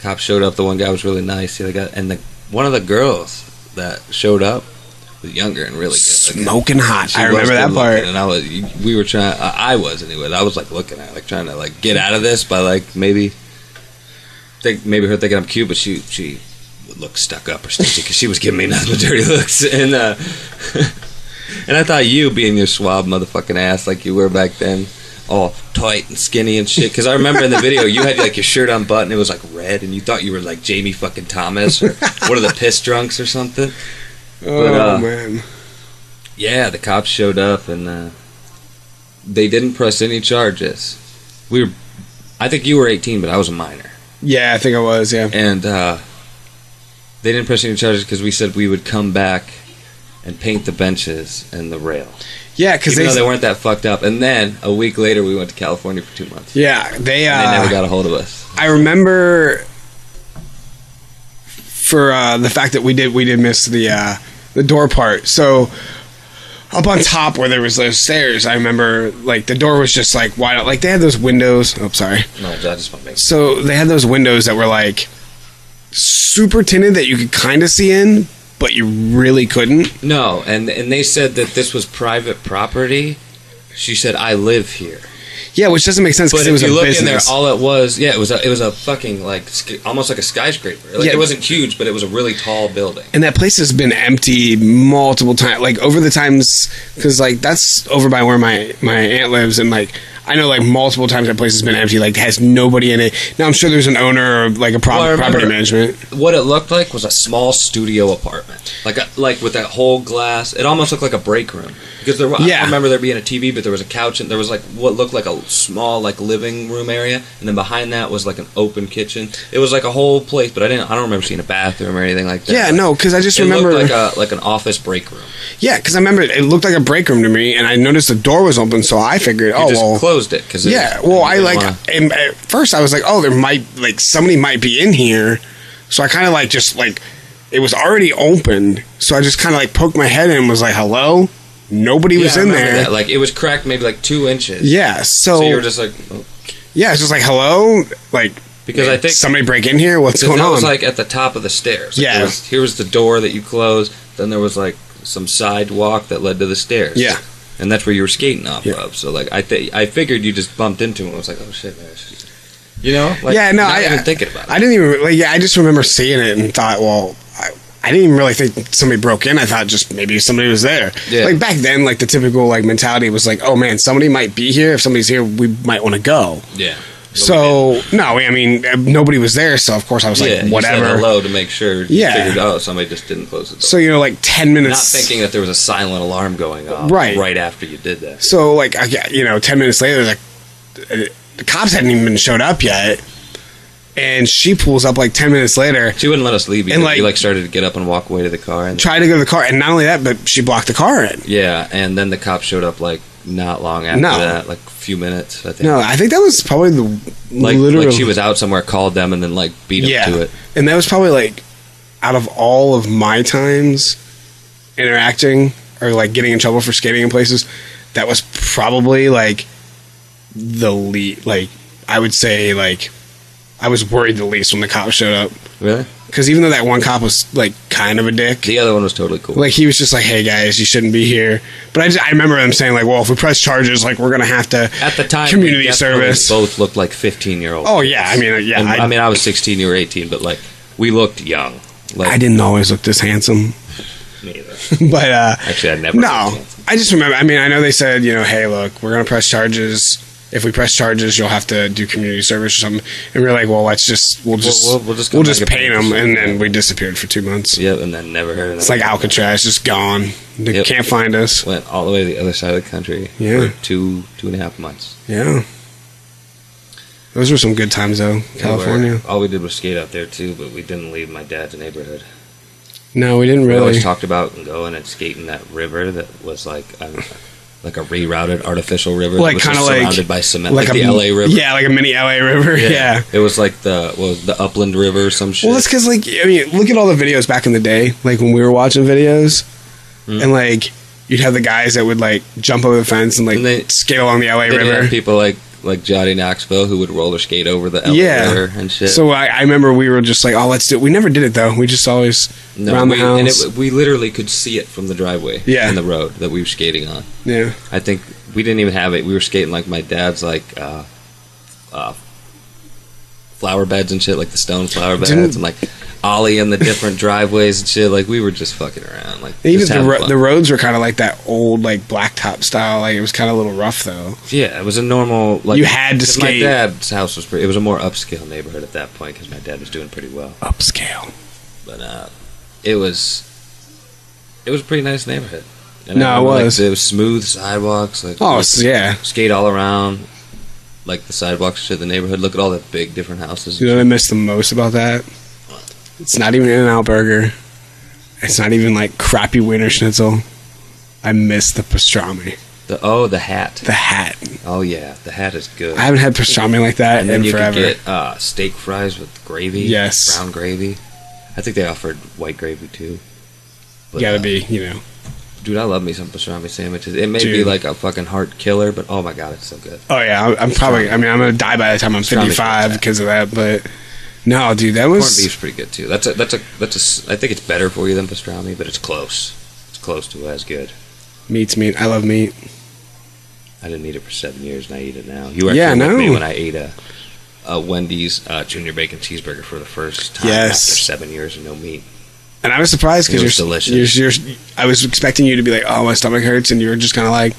S2: cops showed up. The one guy was really nice. The other guy, and the one of the girls that showed up was younger and really good. looking.
S1: Smoking hot.
S2: She
S1: I
S2: was
S1: remember that
S2: good
S1: part.
S2: looking, And I was, we were trying. I I was anyway. I was like looking at, her, like trying to like get out of this by like maybe, think maybe her thinking I'm cute, but she she looked stuck up or something because she was giving me nothing but dirty looks. [laughs] And uh, and I thought you being your swab motherfucking ass like you were back then. All tight and skinny and shit. Because I remember in the video you had like your shirt unbuttoned, it was like red, and you thought you were like Jamie fucking Thomas or one of the piss drunks or something.
S1: Oh
S2: uh,
S1: man.
S2: Yeah, the cops showed up and uh, they didn't press any charges. We were, I think you were 18, but I was a minor,
S1: Yeah, I think I was. Yeah.
S2: and uh, they didn't press any charges because we said we would come back and paint the benches and the rail,
S1: Yeah, because
S2: even
S1: they,
S2: though they weren't that fucked up. And then a week later, we went to California for two months.
S1: Yeah, they. Uh,
S2: and they never got a hold of us.
S1: I remember for uh, the fact that we did we did miss the uh, the door part. So up on top where there was those stairs, I remember like the door was just like wide. out. Like they had those windows. Oh, sorry.
S2: No, I just want to make.
S1: So they had those windows that were like super tinted that you could kind of see in, but you really couldn't.
S2: No, and and they said that this was private property. She said, "I live here."
S1: Yeah, which doesn't make sense
S2: But
S1: because it
S2: if
S1: was a
S2: you look in there,
S1: business.
S2: all it was, yeah, it was a, it was a fucking like sk- almost like a skyscraper. Like
S1: Yeah.
S2: it wasn't huge, but it was a really tall building.
S1: and that place has been empty multiple times like over the times because like that's over by where my my aunt lives and like i know like multiple times that place has been empty like has nobody in it now i'm sure there's an owner or like a pro-
S2: Well, I remember-
S1: property management
S2: What it looked like was a small studio apartment, like a, like with that whole glass. It almost looked like a break room because there. Were, I
S1: Yeah.
S2: don't remember there being a TV, but there was a couch and there was like what looked like a small like living room area, and then behind that was like an open kitchen. It was like a whole place, but I didn't. I don't remember seeing a bathroom or anything like that.
S1: yeah
S2: Like,
S1: no because i just
S2: It
S1: remember
S2: looked like a like an office break room.
S1: yeah because i remember it looked like a break room to me and i noticed the door was open so i figured
S2: You
S1: oh
S2: just
S1: well
S2: closed it because
S1: yeah well i like and at first i was like oh there might like somebody might be in here so i kind of like just like it was already opened so i just kind of like poked my head in and was like hello nobody was
S2: Yeah, I
S1: in
S2: remember
S1: there
S2: that. Like it was cracked maybe like two inches.
S1: yeah so,
S2: So you were just like, oh.
S1: yeah it's just like hello like
S2: because I think
S1: somebody break in here what's
S2: because
S1: going
S2: that
S1: on
S2: was like at the top of the stairs. Like,
S1: Yeah.
S2: there was- here was the door that you closed. Then there was like some sidewalk that led to the stairs.
S1: Yeah.
S2: And that's where you were skating off
S1: Yeah.
S2: of. So like I thi- I figured you just bumped into him. I was like, oh shit, man. I should- You know? Like,
S1: Yeah, no,
S2: Not
S1: I-
S2: even
S1: I-
S2: thinking about it.
S1: i didn't even like yeah i just remember seeing it and thought well i I didn't even really think somebody broke in. I thought just maybe somebody was there.
S2: Yeah.
S1: Like back then, like the typical like mentality was like, "Oh man, somebody might be here. If somebody's here, we might want to go."
S2: yeah. But we
S1: So no, I mean nobody was there, so of course I was
S2: didn't. yeah,
S1: like,
S2: you Said
S1: whatever.
S2: hello to make sure. You
S1: Yeah.
S2: Figured oh somebody just didn't close the door.
S1: So you know, like ten
S2: not
S1: minutes.
S2: thinking that there was a silent alarm going off
S1: Right.
S2: right after you did that.
S1: So like, I, get- you know, ten minutes later, like uh, the cops hadn't even been showed up yet, and she pulls up like 10 minutes later
S2: She wouldn't let us leave.
S1: And,
S2: And like,
S1: like-
S2: we like started to get up and walk away to the car. And
S1: tried to go to the car and not only that but she blocked the car in
S2: yeah, and then the cop showed up like not long after
S1: No.
S2: that, like a few minutes. I think.
S1: no i think that was probably the
S2: Like,
S1: literally
S2: like she was out somewhere, called them, and then like beat
S1: Yeah.
S2: up to it.
S1: and that was probably like out of all of my times interacting or like getting in trouble for skating in places that was probably like the least like i would say like i was worried the least when the cops showed up
S2: Really?
S1: because even though that one cop was like kind of a dick
S2: The other one was totally cool.
S1: like he was just like hey guys you shouldn't be here but i, just, I remember him saying like well if we press charges like we're gonna have to
S2: At the time,
S1: community
S2: we definitely
S1: service
S2: Both looked like fifteen year olds.
S1: oh yeah i mean yeah
S2: And,
S1: I,
S2: I, mean, I was sixteen, you were eighteen, but like we looked young. Like
S1: I didn't always look this handsome [laughs]
S2: me either.
S1: but uh
S2: Actually, I never.
S1: No,
S2: looked
S1: I just remember. I mean, I know they said, you know, hey, look, we're gonna press charges. If we press charges, you'll have to do community service or something. And we were like, well, let's just we'll just
S2: we'll-
S1: we'll,
S2: we'll
S1: just
S2: just come
S1: we'll
S2: back
S1: just
S2: and
S1: paint
S2: paint
S1: them,
S2: this.
S1: and then we disappeared for two months.
S2: Yep, and then never heard.
S1: It's like Alcatraz, just gone. They
S2: Yep.
S1: can't find us.
S2: Went all the way to the other side of the country
S1: Yeah.
S2: for two two and a half months.
S1: Yeah, those were some good times though, California.
S2: All we did was skate out there too, but we didn't leave my dad's neighborhood.
S1: No, we didn't
S2: We
S1: really.
S2: always talked about going and skating that river that was like a, like a rerouted artificial river, that
S1: Like,
S2: was just
S1: kinda like-
S2: surrounded by cement, like, the LA River.
S1: Yeah, like a mini LA river. [laughs] Yeah.
S2: it was like the what was it, the Upland River or some shit.
S1: Well, that's because like I mean, look at all the videos back in the day, like when we were watching videos,
S2: Mm.
S1: and like you'd have the guys that would like jump over the fence and like
S2: And they-
S1: skate along the LA
S2: Then you had
S1: River.
S2: people like like Johnny Knoxville who would roller skate over the LA
S1: Yeah.
S2: River and shit.
S1: So I, I remember we were just like, oh, let's do. it. We never did it though. We just always around the
S2: we, and
S1: house.
S2: it, we literally could see it from the driveway
S1: Yeah.
S2: and the road that we were skating on.
S1: yeah.
S2: I think we didn't even have it. We were skating like my dad's like uh, uh, flower beds and shit, like the stone flower beds,
S1: Didn't-
S2: and like ollie in the different driveways and shit. Like we were just fucking around, like
S1: Even
S2: just
S1: the
S2: having
S1: ro-
S2: fun.
S1: the roads were kind of like that old like blacktop style. Like it was kind of a little rough though.
S2: yeah, it was a normal like
S1: You had to
S2: 'cause
S1: skate.
S2: My dad's house was pretty. It was a more upscale neighborhood at that point because my dad was doing pretty well,
S1: Upscale.
S2: but uh, it was it was a pretty nice neighborhood. And
S1: No, it
S2: I remember,
S1: was.
S2: Like, there was smooth sidewalks. Like
S1: Oh
S2: like,
S1: so, yeah.
S2: skate all around, like the sidewalks to the neighborhood. Look at all the big different houses.
S1: You know what I miss the most about that? It's not even an out burger. It's not even like crappy winter schnitzel. I miss the pastrami,
S2: The oh, the hat.
S1: the hat.
S2: Oh yeah, the hat is good.
S1: I haven't had pastrami like that
S2: and then
S1: in
S2: you
S1: forever.
S2: could get uh, steak fries with gravy.
S1: Yes.
S2: brown gravy. I think they offered white gravy too. But,
S1: Gotta
S2: uh,
S1: be, you know.
S2: dude. I love me some pastrami sandwiches. It may be
S1: Dude.
S2: like a fucking heart killer, but oh my god, it's so good.
S1: Oh yeah, I'm, I'm probably. I mean, I'm gonna die by the time I'm
S2: Pastrami's
S1: 55
S2: like that.
S1: because of that. But no, dude, that
S2: Corned
S1: was
S2: beef's pretty good too. That's a that's a that's a. s- I think it's better for you than pastrami, but it's close. It's close to as good.
S1: meat's meat. I love meat.
S2: I didn't eat it for seven years, and I eat it now. You actually
S1: Yeah,
S2: with
S1: no.
S2: me when I ate a, a Wendy's uh, junior bacon cheeseburger for the first time
S1: Yes.
S2: after seven years and no meat.
S1: And I was surprised
S2: It
S1: because you're,
S2: was delicious.
S1: delicious. You're, you're. I was expecting you to be like, "Oh, my stomach hurts," and you were just kind of like,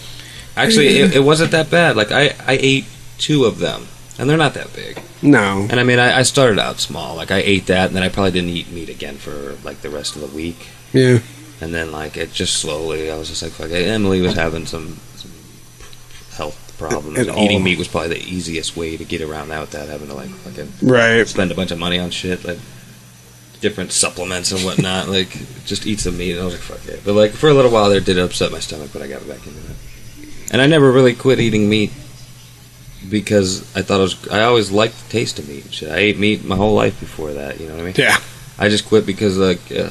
S2: Actually, it, it wasn't that bad. Like I, I ate two of them, and they're not that big.
S1: "No."
S2: And I mean, I, I started out small. Like I ate that, and then I probably didn't eat meat again for like the rest of the week.
S1: Yeah.
S2: And then like it just slowly, I was just like, fuck it. Emily was having some, some health problems.
S1: It
S2: and eating
S1: all-
S2: meat was probably the easiest way to get around that without having to like fucking
S1: Right.
S2: spend a bunch of money on shit like different supplements and whatnot. like just eat some meat, and I was like, fuck it. But like for a little while there, it did upset my stomach, but I got back into it. And I never really quit eating meat because I thought it was. I always liked the taste of meat. and Shit, I ate meat my whole life before that. You know what I mean?
S1: Yeah.
S2: I just quit because like uh,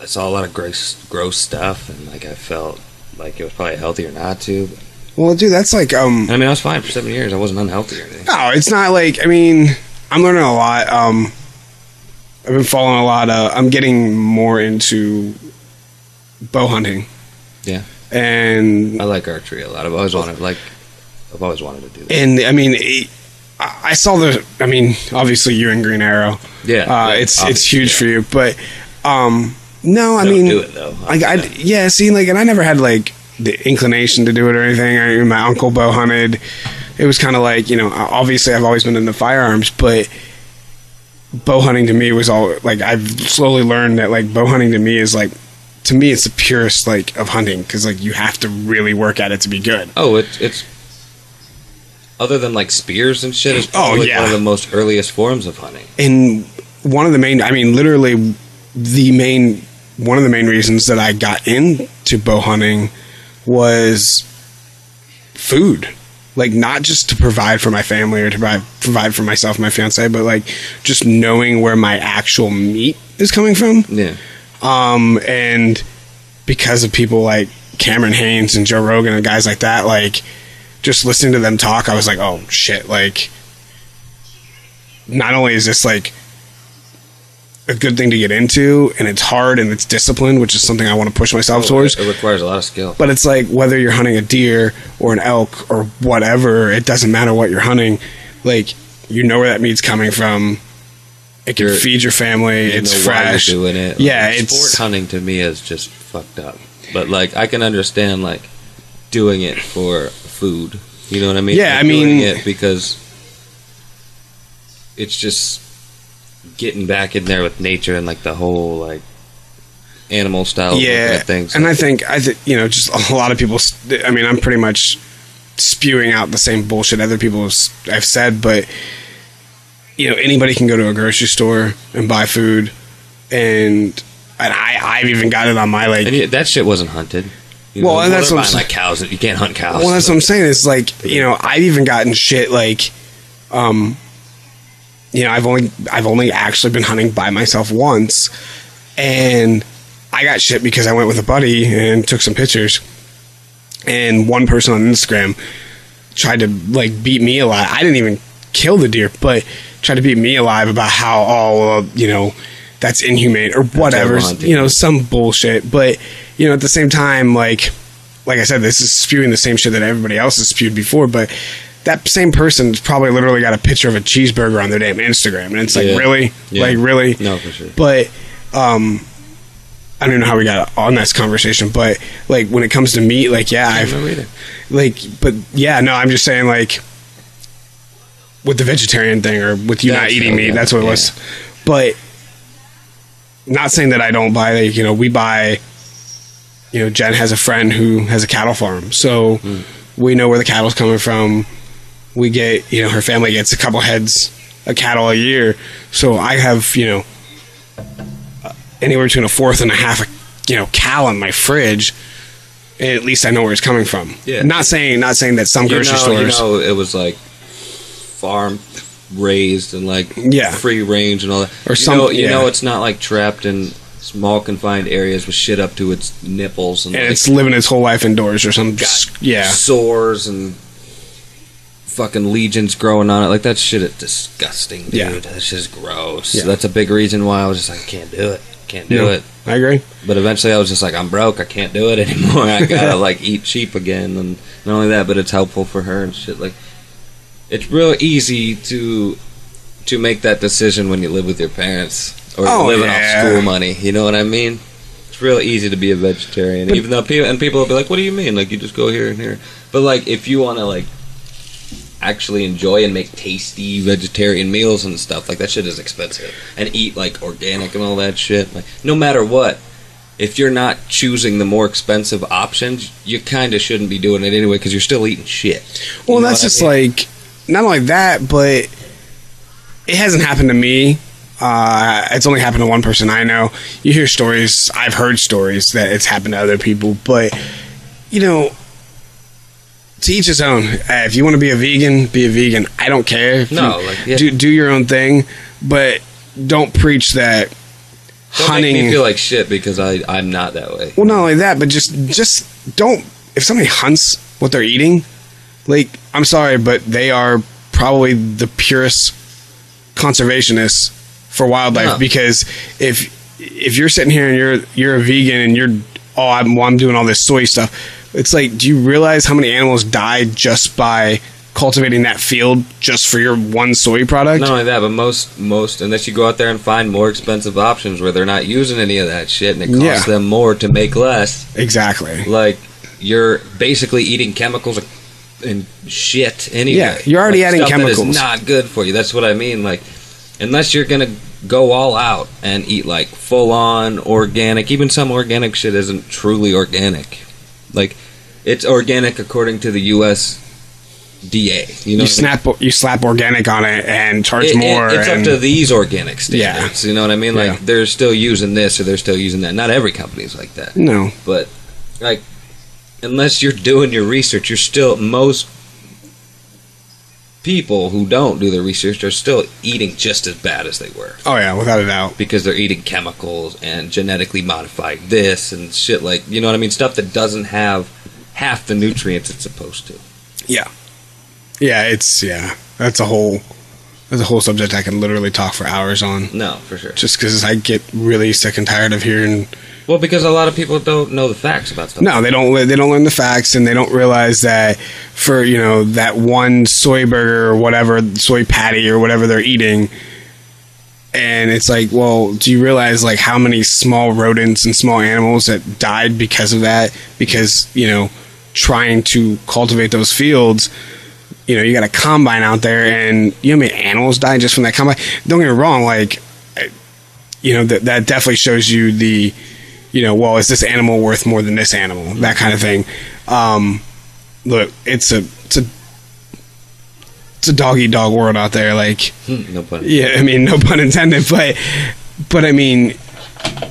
S2: I saw a lot of gross, gross stuff, and like I felt like it was probably healthier not to. But,
S1: Well, dude, that's like um.
S2: and I mean, I was fine for seven years. I wasn't unhealthy or anything.
S1: No, it's not like I mean, I'm learning a lot. Um, I've been following a lot. Of, I'm getting more into bow hunting.
S2: Yeah.
S1: and
S2: I like archery a lot. I've always wanted like I've always wanted to do that.
S1: and I mean, it, I I saw the. I mean, obviously you and Green Arrow.
S2: Yeah,
S1: Uh, it's it's huge for you, but um, no, I
S2: Don't
S1: mean,
S2: do it though.
S1: like I yeah, see, like, and I never had like the inclination to do it or anything. I mean, my uncle bow hunted. It was kind of like you know, obviously I've always been into firearms, but bow hunting to me was all like I've slowly learned that like bow hunting to me is like to me it's the purest like of hunting because like you have to really work at it to be good.
S2: oh, it's it's Oh, other than like spears and shit, is
S1: Oh,
S2: probably like,
S1: yeah.
S2: one of the most earliest forms of hunting.
S1: and one of the main i mean literally the main one of the main reasons that i got into bow hunting was food like not just to provide for my family or to provide, provide for myself and my fiance but like just knowing where my actual meat is coming from
S2: Yeah.
S1: um, and because of people like Cameron Haynes and Joe Rogan and guys like that, like just listening to them talk, I was like, oh shit! Like, not only is this like a good thing to get into, and it's hard and it's discipline, which is something I want to push myself towards.
S2: It requires a lot of skill.
S1: But it's like whether you're hunting a deer or an elk or whatever, it doesn't matter what you're hunting. Like you know where that meat's coming from. It can
S2: You're-
S1: feed your family.
S2: You
S1: It's
S2: know why you're
S1: fresh.
S2: doing it. Like,
S1: Yeah, it's-
S2: sport hunting to me is just fucked up. But like, I can understand like doing it for food. You know what I mean?
S1: Yeah,
S2: Like,
S1: I mean-
S2: doing it because it's just getting back in there with nature and like the whole like animal style
S1: Yeah,
S2: things.
S1: and I think I think you know, just a lot of people. s- I mean, I'm pretty much spewing out the same bullshit other people have, s- have said, but you know, anybody can go to a grocery store and buy food, and and I I've even got it on my like.
S2: And yeah, that shit wasn't hunted. You
S1: Well, and that's
S2: they're
S1: what I'm
S2: buying, like cows. You can't hunt cows.
S1: Well, that's what I'm saying. It's like you know, I've even gotten shit like, um, you know, I've only I've only actually been hunting by myself once, and I got shit because I went with a buddy and took some pictures, and one person on Instagram tried to like beat me alive. I didn't even kill the deer, but tried to beat me alive about how oh well, you know that's inhumane or whatever.
S2: hunting.
S1: You know some bullshit, but you know at the same time like like I said, this is spewing the same shit that everybody else has spewed before, but that same person's probably literally got a picture of a cheeseburger on their damn Instagram, and it's like,
S2: Yeah.
S1: really,
S2: Yeah.
S1: like, really,
S2: No, for sure.
S1: But, um, I don't know how we got on this conversation, but like when it comes to meat, like, yeah,
S2: I
S1: I've
S2: don't know either.
S1: like, but yeah, no, I'm just saying like with the vegetarian thing or with you not
S2: That's-
S1: eating meat,
S2: okay,
S1: that's what it
S2: yeah.
S1: was. But not saying that I don't buy like, you know, we buy you know, Jen has a friend who has a cattle farm. So we know where the cattle's coming from. We get, you know, her family gets a couple heads of cattle a year. So I have, you know, anywhere between a fourth and a half, you know, cow in my fridge. And at least I know where it's coming from.
S2: Yeah.
S1: Not saying, not saying that some
S2: you
S1: grocery
S2: know,
S1: stores.
S2: You know, it was like farm raised and like
S1: Yeah.
S2: free range and all that.
S1: Or
S2: you
S1: some-
S2: know, you
S1: yeah.
S2: know, it's not like trapped in small confined areas with shit up to its nipples and,
S1: and
S2: like,
S1: it's living its whole life indoors or some.
S2: God.
S1: Yeah.
S2: sores and fucking legions growing on it. Like that shit is disgusting, dude.
S1: Yeah.
S2: That shit is gross.
S1: Yeah.
S2: That's a big reason why I was just like, I can't do it. Can't do
S1: No.
S2: it.
S1: I agree.
S2: But eventually, I was just like, I'm broke. I can't do it [laughs] anymore. I gotta like eat sheep again, and not only that, but it's helpful for her and shit. Like, it's real easy to to make that decision when you live with your parents or you're
S1: Oh,
S2: living
S1: yeah.
S2: off school money. You know what I mean? It's real easy to be a vegetarian,
S1: But-
S2: even though people and people will be like, "What do you mean? Like, you just go here and here." But like, if you want to like actually enjoy and make tasty vegetarian meals and stuff like that shit is expensive and eat like organic and all that shit like no matter what if you're not choosing the more expensive options you kind of shouldn't be doing it anyway because you're still eating shit
S1: Well,
S2: You know
S1: that's
S2: what I
S1: just
S2: mean?
S1: like not only that, but it hasn't happened to me. Uh, it's only happened to one person I know. You hear stories. I've heard stories that it's happened to other people, but you know, to each his own. Uh, if you want to be a vegan, be a vegan. I don't care. If
S2: No,
S1: you-
S2: like, yeah.
S1: do do your own thing, but don't preach that
S2: don't
S1: hunting.
S2: make me feel like shit because I, i'm not that way
S1: Well, not only that, but just just don't. If somebody hunts what they're eating, like I'm sorry, but they are probably the purest conservationists for wildlife.
S2: Yeah.
S1: Because if if you're sitting here and you're you're a vegan and you're oh I'm well, I'm doing all this soy stuff, it's like do you realize how many animals die just by cultivating that field just for your one soy product?
S2: not only that but most most unless you go out there and find more expensive options where they're not using any of that shit and it costs
S1: Yeah.
S2: them more to make less
S1: Exactly.
S2: like you're basically eating chemicals and shit anyway.
S1: Yeah, you're already
S2: Like,
S1: adding
S2: stuff that is
S1: chemicals.
S2: not good for you. That's what I mean. Like unless you're gonna go all out and eat like full on organic, even some organic shit isn't truly organic. Like it's organic according to the U.S. DA. You know,
S1: you
S2: what I mean?
S1: snap you slap organic on it and charge
S2: It- it-
S1: more.
S2: it's
S1: and,
S2: up to these organic standards. You know what I mean? Like
S1: Yeah.
S2: they're still using this or they're still using that. Not every company's like that,
S1: no.
S2: but like unless you're doing your research, you're still most people who don't do their research are still eating just as bad as they were
S1: Oh yeah, without a doubt.
S2: because they're eating chemicals and genetically modified this and shit like you know what I mean stuff that doesn't have half the nutrients it's supposed to.
S1: Yeah, it's yeah. That's a whole that's a whole subject I can literally talk for hours on.
S2: No, for sure.
S1: Just because I get really sick and tired of hearing.
S2: Well, because a lot of people don't know the facts about stuff.
S1: No, they don't. li- They don't learn the facts, and they don't realize that for you know that one soy burger or whatever soy patty or whatever they're eating. And it's like, well, do you realize like how many small rodents and small animals that died because of that? Because you know, trying to cultivate those fields, you know, you got a combine out there, and you know, how many animals die just from that combine. Don't get me wrong, like, I- you know, that that definitely shows you the you know, well, is this animal worth more than this animal? That kind of thing. Um, look, it's a it's a it's a dog eat dog world out there. Like,
S2: Hmm, no pun.
S1: yeah, I mean, [laughs] no pun intended, but but I mean,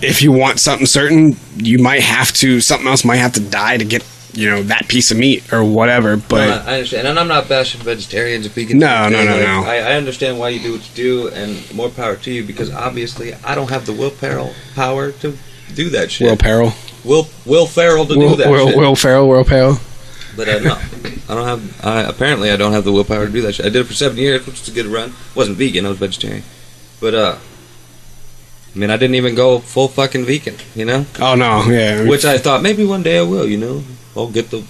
S1: if you want something certain, you might have to something else might have to die to get you know that piece of meat or whatever. But
S2: No, I understand, and I'm not bashing vegetarians and vegans.
S1: No, no, no, no.
S2: I, I understand why you do what you do, and more power to you. Because obviously, I don't have the willpower power to do that shit.
S1: Will Peril,
S2: Will Will Ferrell to
S1: Will,
S2: do that
S1: Will,
S2: shit.
S1: Will Ferrell, Will Peril.
S2: But uh, no, I don't have. I, apparently, I don't have the willpower to do that shit. I did it for seven years, which was a good run. wasn't vegan. I was vegetarian. But uh, I mean, I didn't even go full fucking vegan. You know.
S1: Oh no, yeah,
S2: Which I thought maybe one day I will, you know. I'll get the,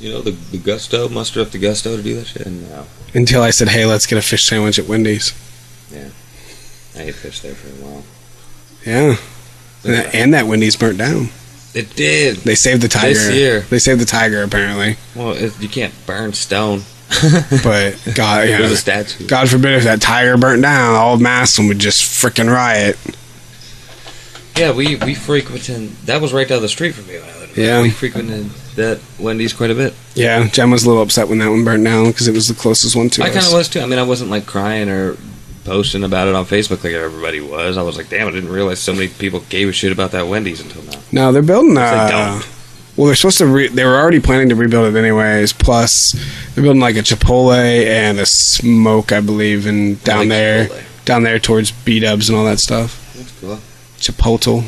S2: you know, the, the gusto, muster up the gusto to do that shit. And uh, no,
S1: until I said, hey, let's get a fish sandwich at Wendy's.
S2: I ate fish there for a while.
S1: Yeah, and that, and that Wendy's burnt down.
S2: It did.
S1: They saved the tiger.
S2: This year.
S1: They saved the tiger apparently,
S2: Well, it, you can't burn stone.
S1: [laughs] but God, you
S2: There's
S1: know,
S2: a statue.
S1: God forbid if that tiger burnt down, all of Madison would just freaking riot.
S2: Yeah, we we frequented. That was right down the street from me when I lived. there.
S1: Yeah.
S2: we frequented that Wendy's quite a bit.
S1: Yeah, Jen was a little upset when that one burnt down because it was the closest one to
S2: I kind
S1: us.
S2: of was too. I mean, I wasn't like crying or posting about it on Facebook like everybody was. I was like, damn, I didn't realize so many people gave a shit about that Wendy's until now.
S1: no, they're building.
S2: It's like,
S1: Uh,
S2: don't.
S1: well, they're supposed to. Re- they were already planning to rebuild it anyways. Plus, they're building like a Chipotle and a smoke, I believe, and down
S2: Like
S1: there,
S2: Chipotle.
S1: down there towards B Dubs and all that stuff.
S2: That's cool.
S1: Chipotle.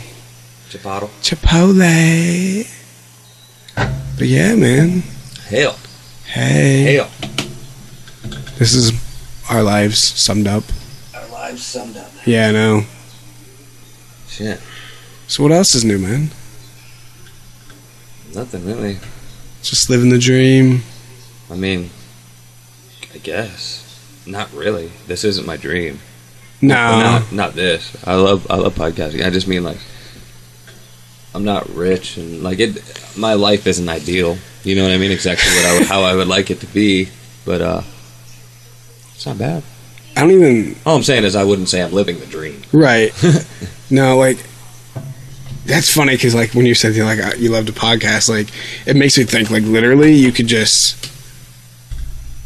S2: Chipotle.
S1: Chipotle. But yeah, man.
S2: Hell.
S1: Hey.
S2: Hell.
S1: This is our lives summed up.
S2: Our lives summed up.
S1: Yeah, I know.
S2: Shit.
S1: So what else is new, man?
S2: Nothing really.
S1: Just living the dream.
S2: I mean, I guess not really. This isn't my dream.
S1: No.
S2: not, not this. I love I love podcasting. I just mean like I'm not rich and like it. My life isn't ideal. You know what I mean? Exactly what I would, how I would like it to be. But uh, it's not bad.
S1: I don't even
S2: All I'm saying is I wouldn't say I'm living the dream. [laughs]
S1: right. no, like that's funny cuz like when you said you like uh, you loved a podcast, like it makes me think like literally you could just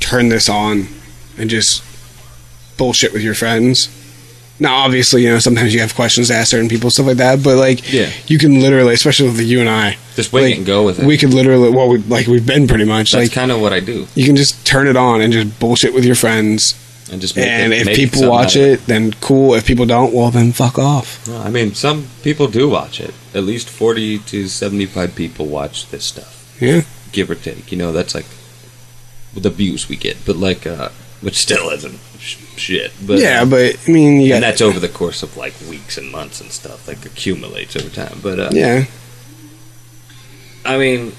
S1: turn this on and just bullshit with your friends. Now, obviously, you know, sometimes you have questions to ask certain people, stuff like that, but like
S2: Yeah.
S1: you can literally, especially with you and I,
S2: Just wing
S1: Like,
S2: it and go with it.
S1: we could literally well we, like we've been pretty much
S2: That's
S1: like
S2: kind of what I do.
S1: you can just turn it on and just bullshit with your friends
S2: And just make it-
S1: and if
S2: make
S1: people
S2: something
S1: watch
S2: out of
S1: it then cool if people don't well then fuck off
S2: No, I mean, some people do watch it. At least 40 to 75 people watch this stuff.
S1: Yeah.
S2: Give or take. You know, that's like the views we get, but like, uh, which still isn't sh- shit. But, uh,
S1: yeah but i mean you got
S2: And that's over the course of like weeks and months and stuff, like accumulates over time. But, uh,
S1: yeah
S2: I mean,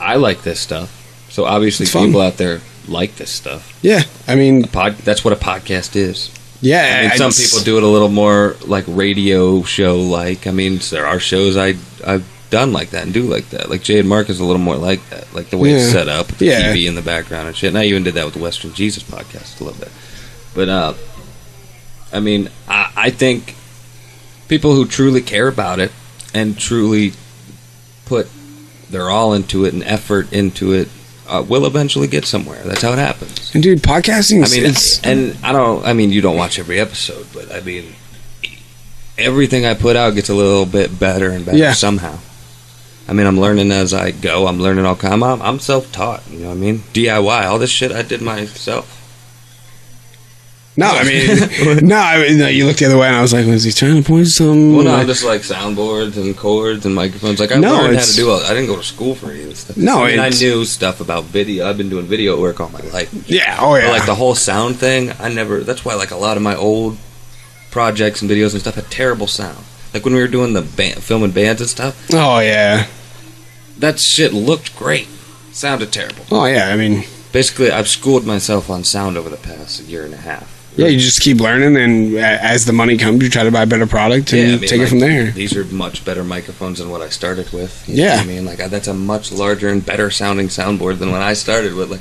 S2: I like this stuff. So obviously
S1: It's fun.
S2: people out there like this stuff.
S1: i mean
S2: A pod, that's what a podcast is.
S1: yeah
S2: I mean, some
S1: it's-
S2: people do it a little more like radio show like. I mean, there are shows I I've done like that and do like that. Like Jay and Mark is a little more like that, like the way it's
S1: Yeah.
S2: set up, the
S1: Yeah.
S2: TV in the background and shit. And I even did that with the Western Jesus podcast a little bit. But uh, I mean, I, I think people who truly care about it and truly put their all into it and effort into it uh, will eventually get somewhere. That's how it happens.
S1: And dude, podcasting.
S2: I mean, uh, it's, and I don't. I mean, you don't watch every episode, but I mean, everything I put out gets a little bit better and better
S1: Yeah.
S2: somehow. I mean, I'm learning as I go. I'm learning all kind. I'm, I'm self-taught. You know what I mean? DIY. All this shit I did myself.
S1: no, I
S2: [laughs]
S1: mean, no, I mean, no, you looked the other way, and I was like, was he trying to point something?
S2: Well, no, I'm
S1: Like,
S2: just like soundboards and chords and microphones. Like I
S1: No,
S2: learned how to
S1: it's-
S2: do. All, I didn't go to school for any of this stuff.
S1: No,
S2: I, mean, I
S1: it's-
S2: knew stuff about video. I've been doing video work all my life.
S1: yeah, oh yeah,
S2: But like the whole sound thing, I never. That's why like a lot of my old projects and videos and stuff had terrible sound. Like when we were doing the band, filming bands and stuff,
S1: oh yeah,
S2: that shit looked great, sounded terrible.
S1: oh yeah. I mean,
S2: Basically, I've schooled myself on sound over the past year and a half.
S1: yeah, you just keep learning, and a- as the money comes, you try to buy a better product and
S2: Yeah, I
S1: you
S2: mean,
S1: take
S2: like,
S1: it from there.
S2: These are much better microphones than what I started with. you
S1: Yeah.
S2: know what I mean, like I, that's a much larger and better sounding soundboard than when I started with. Like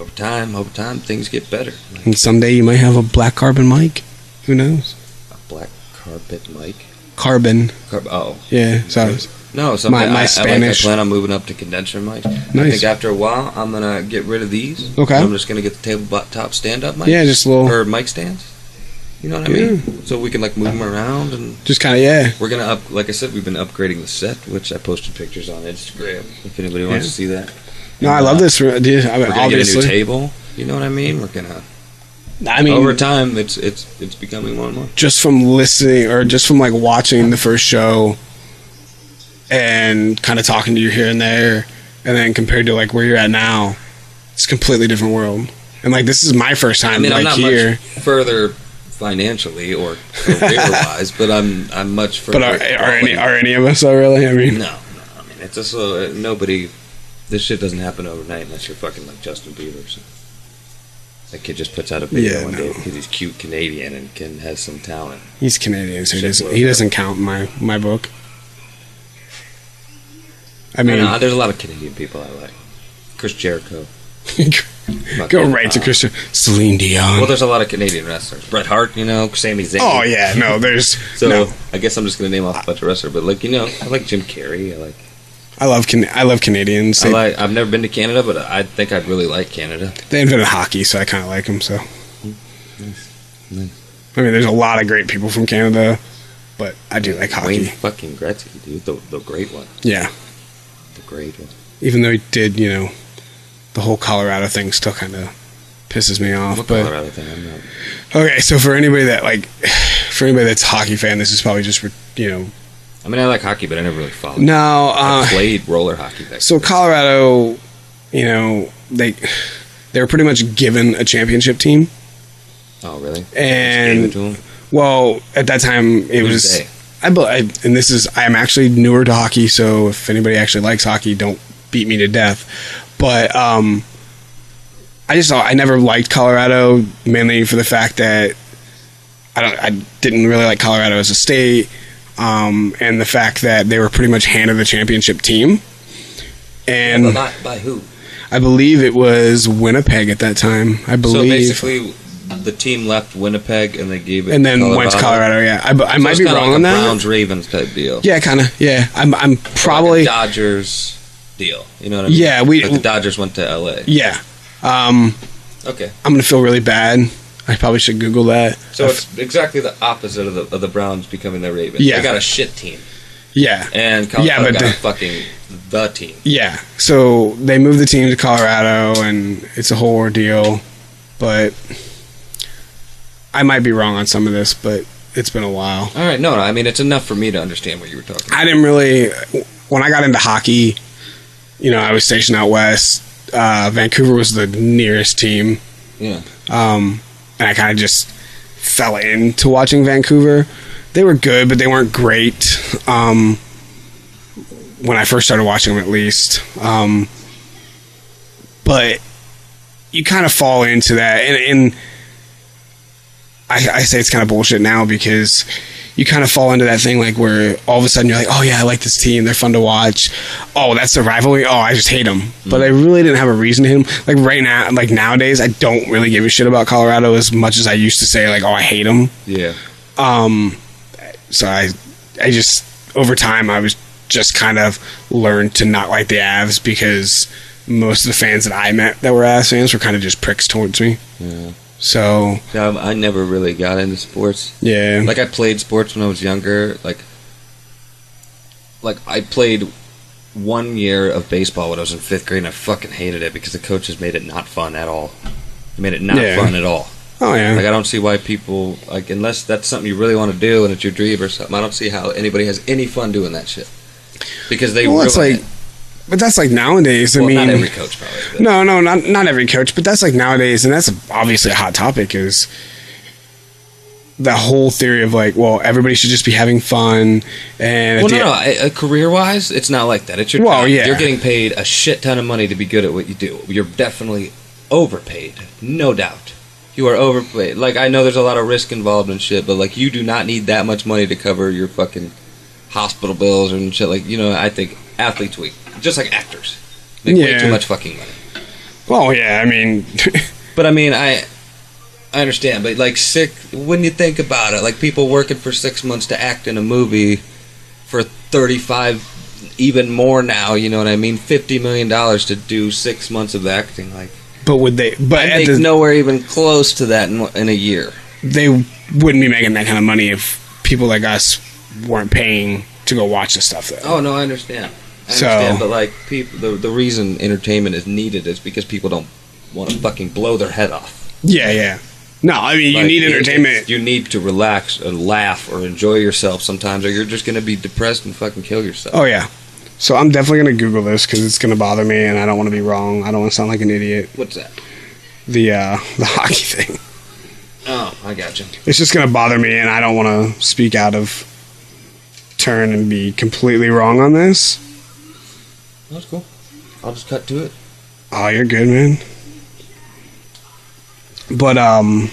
S2: over time, over time, things get better. Like
S1: And someday you might have a black carbon mic. Who knows?
S2: a black carpet mic.
S1: Carbon,
S2: Carp- oh,
S1: yeah. So
S2: No, so
S1: My- my
S2: I- I, I, like, I
S1: Spanish-
S2: plan on moving up to condenser mics. I
S1: Nice.
S2: think after a while, I'm gonna get rid of these.
S1: Okay.
S2: I'm just gonna get the tabletop stand-up mics.
S1: yeah, just a little,
S2: or mic stands. You know what I mean? So we can like move them around, and
S1: just kind of yeah.
S2: we're gonna up. Like I said, we've been upgrading the set, which I posted pictures on Instagram. If anybody wants to see that.
S1: No, I
S2: And,
S1: love
S2: uh,
S1: this. re- Dude, I mean,
S2: We're gonna
S1: obviously,
S2: get a new table. You know what I mean? We're gonna
S1: I mean,
S2: over time, it's it's it's becoming more and more.
S1: just from listening or just from like watching the first show and kind of talking to you here and there and then compared to like where you're at now it's a completely different world and like this is my first time
S2: I mean, I'm
S1: like
S2: not
S1: here
S2: much further financially or career-wise, but I'm I'm much further.
S1: but are, are
S2: quality-
S1: any are any of us though really i mean
S2: No, no. I mean, it's just uh, nobody. This shit doesn't happen overnight unless you're fucking like Justin Bieber. or something. That kid just puts out a video
S1: Yeah,
S2: one
S1: no.
S2: day because he's cute Canadian and can has some talent.
S1: he's canadian so he
S2: Shit
S1: doesn't
S2: world.
S1: he doesn't count in my my book i
S2: I mean,
S1: mean
S2: there's a lot of Canadian people I like. Chris Jericho.
S1: [laughs] go
S2: fucking,
S1: right to
S2: uh,
S1: christian celine dion
S2: Well, there's a lot of Canadian wrestlers. Bret Hart, you know, Sami Zayn.
S1: oh yeah no there's
S2: So
S1: no
S2: I guess I'm just gonna name off a bunch of wrestlers, but like you know, I like Jim Carrey. I like.
S1: i love Can- i love canadians
S2: I
S1: they,
S2: like. I've never been to Canada, but I think I'd really like Canada.
S1: they invented hockey so i kind of like them so
S2: Nice.
S1: I mean, there's a lot of great people from Canada, but I do like hockey.
S2: Wayne fucking Gretzky, dude, the, the great one,
S1: Yeah,
S2: the great one.
S1: even though he did, you know, the whole Colorado thing still kind of pisses me off.
S2: What
S1: but
S2: Colorado thing? I'm not.
S1: okay, so for anybody that like, [sighs] for anybody that's a hockey fan, this is probably just you know
S2: I mean, I like hockey, but I never really followed. it.
S1: no.
S2: I
S1: Uh,
S2: played roller hockey. Back
S1: so Colorado, you know, they they were pretty much given a championship team.
S2: oh, really?
S1: And-
S2: Just gave it to 'em?
S1: Well, at that time, it
S2: Who's
S1: was.
S2: they?
S1: I, bel- I and this is I'm actually newer to hockey, so if anybody actually likes hockey, don't beat me to death. But um, I just I never liked Colorado mainly for the fact that I don't I didn't really like Colorado as a state, um, and the fact that they were pretty much handed the championship team, and
S2: But not by who?
S1: I believe it was Winnipeg at that time. I
S2: So
S1: believe.
S2: basically, the team left Winnipeg, and they gave it.
S1: and then went to Colorado. Yeah, I, bu- I
S2: So
S1: might
S2: it's
S1: be
S2: kinda
S1: wrong
S2: like
S1: on
S2: a
S1: that.
S2: Browns Ravens type deal.
S1: Yeah, kind of. Yeah, I'm. I'm probably.
S2: like a Dodgers deal. You know what I mean?
S1: Yeah, we-
S2: Like the Dodgers went to L.A.
S1: Yeah. Um,
S2: Okay,
S1: I'm gonna feel really bad. I probably should Google that.
S2: so
S1: I've-
S2: it's exactly the opposite of the, of the Browns becoming the Ravens.
S1: Yeah.
S2: they got a shit team,
S1: yeah,
S2: and Colorado
S1: Yeah, but
S2: got
S1: the-
S2: fucking the team.
S1: yeah. So they moved the team to Colorado, and it's a whole ordeal. But I might be wrong on some of this, but it's been a while.
S2: All right, no, no, I mean it's enough for me to understand what you were talking. about.
S1: I didn't really. When I got into hockey, you know, I was stationed out west. Uh, Vancouver was the nearest team.
S2: Yeah.
S1: um, and I kind of just fell into watching Vancouver. They were good, but they weren't great um, when I first started watching them, at least. Um, but you kind of fall into that, and, and I, I say it's kind of bullshit now because you kind of fall into that thing like where all of a sudden you're like, oh yeah, I like this team. They're fun to watch. Oh, that's the rivalry. Oh, I just hate them.
S2: Mm-hmm.
S1: But I really didn't have a reason to hate them. Like right now, like nowadays, I don't really give a shit about Colorado as much as I used to say like, oh, I hate them.
S2: Yeah.
S1: Um, so I, I just over time I was just kind of learned to not like the Avs because most of the fans that I met that were ass fans were kind of just pricks towards me.
S2: Yeah.
S1: So
S2: Um, I never really got into sports.
S1: yeah,
S2: Like I played sports when I was younger. Like, like I played one year of baseball when I was in fifth grade, and I fucking hated it because the coaches made it not fun at all. They made it not
S1: Yeah.
S2: fun at all.
S1: oh yeah,
S2: Like I don't see why people like unless that's something you really want to do and it's your dream or something. I don't see how anybody has any fun doing that shit because they.
S1: Well, it's
S2: ruin
S1: like-
S2: it.
S1: but that's like nowadays. I
S2: Well,
S1: mean,
S2: not every coach probably. but-
S1: No, no, not not every coach, but that's like nowadays, and that's obviously a hot topic. Is the whole theory of like, well, everybody should just be having fun, and at
S2: Well,
S1: the-
S2: no, no. I- Uh, career-wise, it's not like that. It's your
S1: Well,
S2: time.
S1: yeah.
S2: You're getting paid a shit ton of money to be good at what you do. You're definitely overpaid, no doubt. You are overpaid. Like I know there's a lot of risk involved and shit, but like you do not need that much money to cover your fucking hospital bills and shit. Like you know, I think athletes we just like actors make way
S1: Yeah.
S2: too much fucking money.
S1: well, yeah, I mean, [laughs]
S2: But I mean, I I understand. But like sick when you think about it, like people working for six months to act in a movie for thirty five, even more now. You know what I mean? Fifty million dollars to do six months of acting. Like
S1: but would they? But
S2: I
S1: at
S2: make
S1: the,
S2: nowhere even close to that in, in a year.
S1: they wouldn't be making that kind of money if people like us weren't paying to go watch the stuff. Though.
S2: Oh no, I understand. I
S1: So-
S2: understand, but like people, the the reason entertainment is needed is because people don't want to fucking blow their head off.
S1: Yeah, yeah. No, I mean, you
S2: Like,
S1: need
S2: it-
S1: entertainment.
S2: You need to relax and laugh or enjoy yourself sometimes, or you're just gonna be depressed and fucking kill yourself.
S1: Oh yeah. So I'm definitely gonna Google this because it's gonna bother me, and I don't want to be wrong. I don't want to sound like an idiot.
S2: What's that?
S1: The uh, [laughs] the hockey thing.
S2: Oh, I got you.
S1: it's just going to bother me, and I don't want to speak out of turn and be completely wrong on this.
S2: That's cool. I'll just cut to it.
S1: Oh, you're good, man. But um,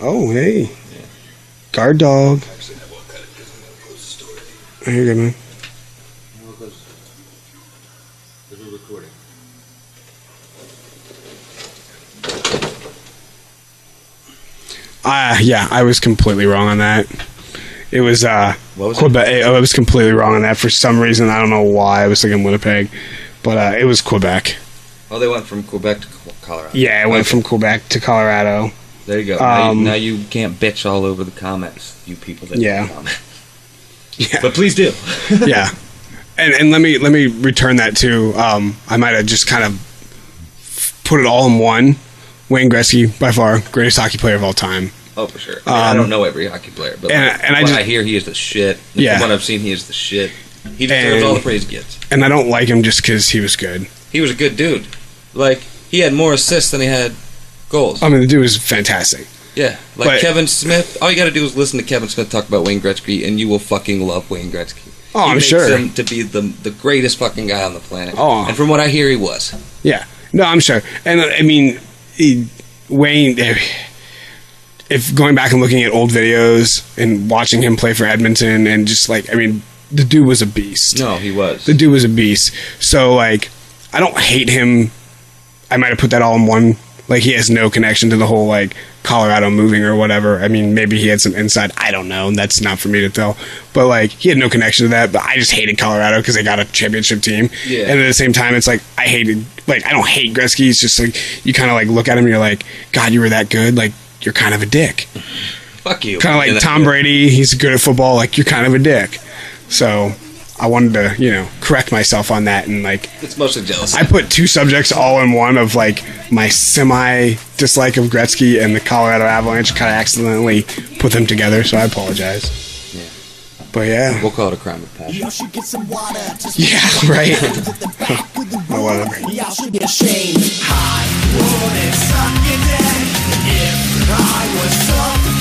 S1: oh hey, guard dog. Oh, you're good, man. Ah, yeah, I was completely wrong on that. It was uh,
S2: What was it?
S1: Quebec. eh, I was completely wrong on that for some reason. I don't know why. I was thinking Winnipeg, but uh, it was Quebec.
S2: Oh, they went from Quebec to Co- Colorado.
S1: Yeah, I went
S2: Okay,
S1: from Quebec to Colorado.
S2: There you go. Now,
S1: um,
S2: you, now you can't bitch all over the comments, you people that
S1: Yeah.
S2: comment.
S1: [laughs] Yeah.
S2: But please do.
S1: yeah. And and let me let me return that to um, I might have just kind of put it all in one. Wayne Gretzky, by far greatest hockey player of all time.
S2: Oh, for sure. I, mean, I
S1: Um,
S2: don't know every hockey player, but
S1: and-
S2: like,
S1: and I
S2: what
S1: just-
S2: I hear he is the shit.
S1: Yeah.
S2: From what I've seen, he is the shit. He deserves
S1: And-
S2: all the praise he gets.
S1: And I don't like him just because he was good.
S2: He was a good dude. Like he had more assists than he had goals.
S1: I mean, the dude was fantastic.
S2: Yeah, like
S1: Uh, But-
S2: Kevin Smith. All you got to do is listen to Kevin Smith talk about Wayne Gretzky, and you will fucking love Wayne Gretzky.
S1: Oh,
S2: he
S1: I'm
S2: makes
S1: sure.
S2: him to be the the greatest fucking guy on the planet.
S1: Oh.
S2: and from what I hear, he was.
S1: Yeah. No, I'm sure. And uh, I mean, he, Wayne. eh, If going back and looking at old videos and watching him play for Edmonton and just like, I mean, the dude was a beast.
S2: No, he was.
S1: the dude was a beast. So like, I don't hate him. I might have put that all in one. Like he has no connection to the whole like Colorado moving or whatever. I mean, maybe he had some inside. I don't know. And that's not for me to tell. But like, he had no connection to that. But I just hated Colorado because they got a championship team.
S2: Yeah.
S1: And at the same time, it's like I hated. Like I don't hate Gretzky. It's just like you kind of like look at him. and You're like, God, you were that good. Like you're kind of a dick.
S2: Fuck you.
S1: Kind of
S2: Yeah,
S1: like
S2: that-
S1: Tom Brady. He's good at football. Like you're kind of a dick. So I wanted to, you know, correct myself on that and like
S2: It's mostly jealousy.
S1: I put two subjects all in one of like my semi dislike of Gretzky and the Colorado Avalanche. Kind of accidentally put them together, so I apologize.
S2: Yeah.
S1: But yeah,
S2: We'll call it a crime of passion.
S3: Y'all should get some water. Just
S1: [laughs] yeah,
S2: [laughs]
S1: right. [laughs]
S3: put the back with the
S1: Oh, whatever.
S3: room. Y'all should be ashamed. I would suck your dick if I was something.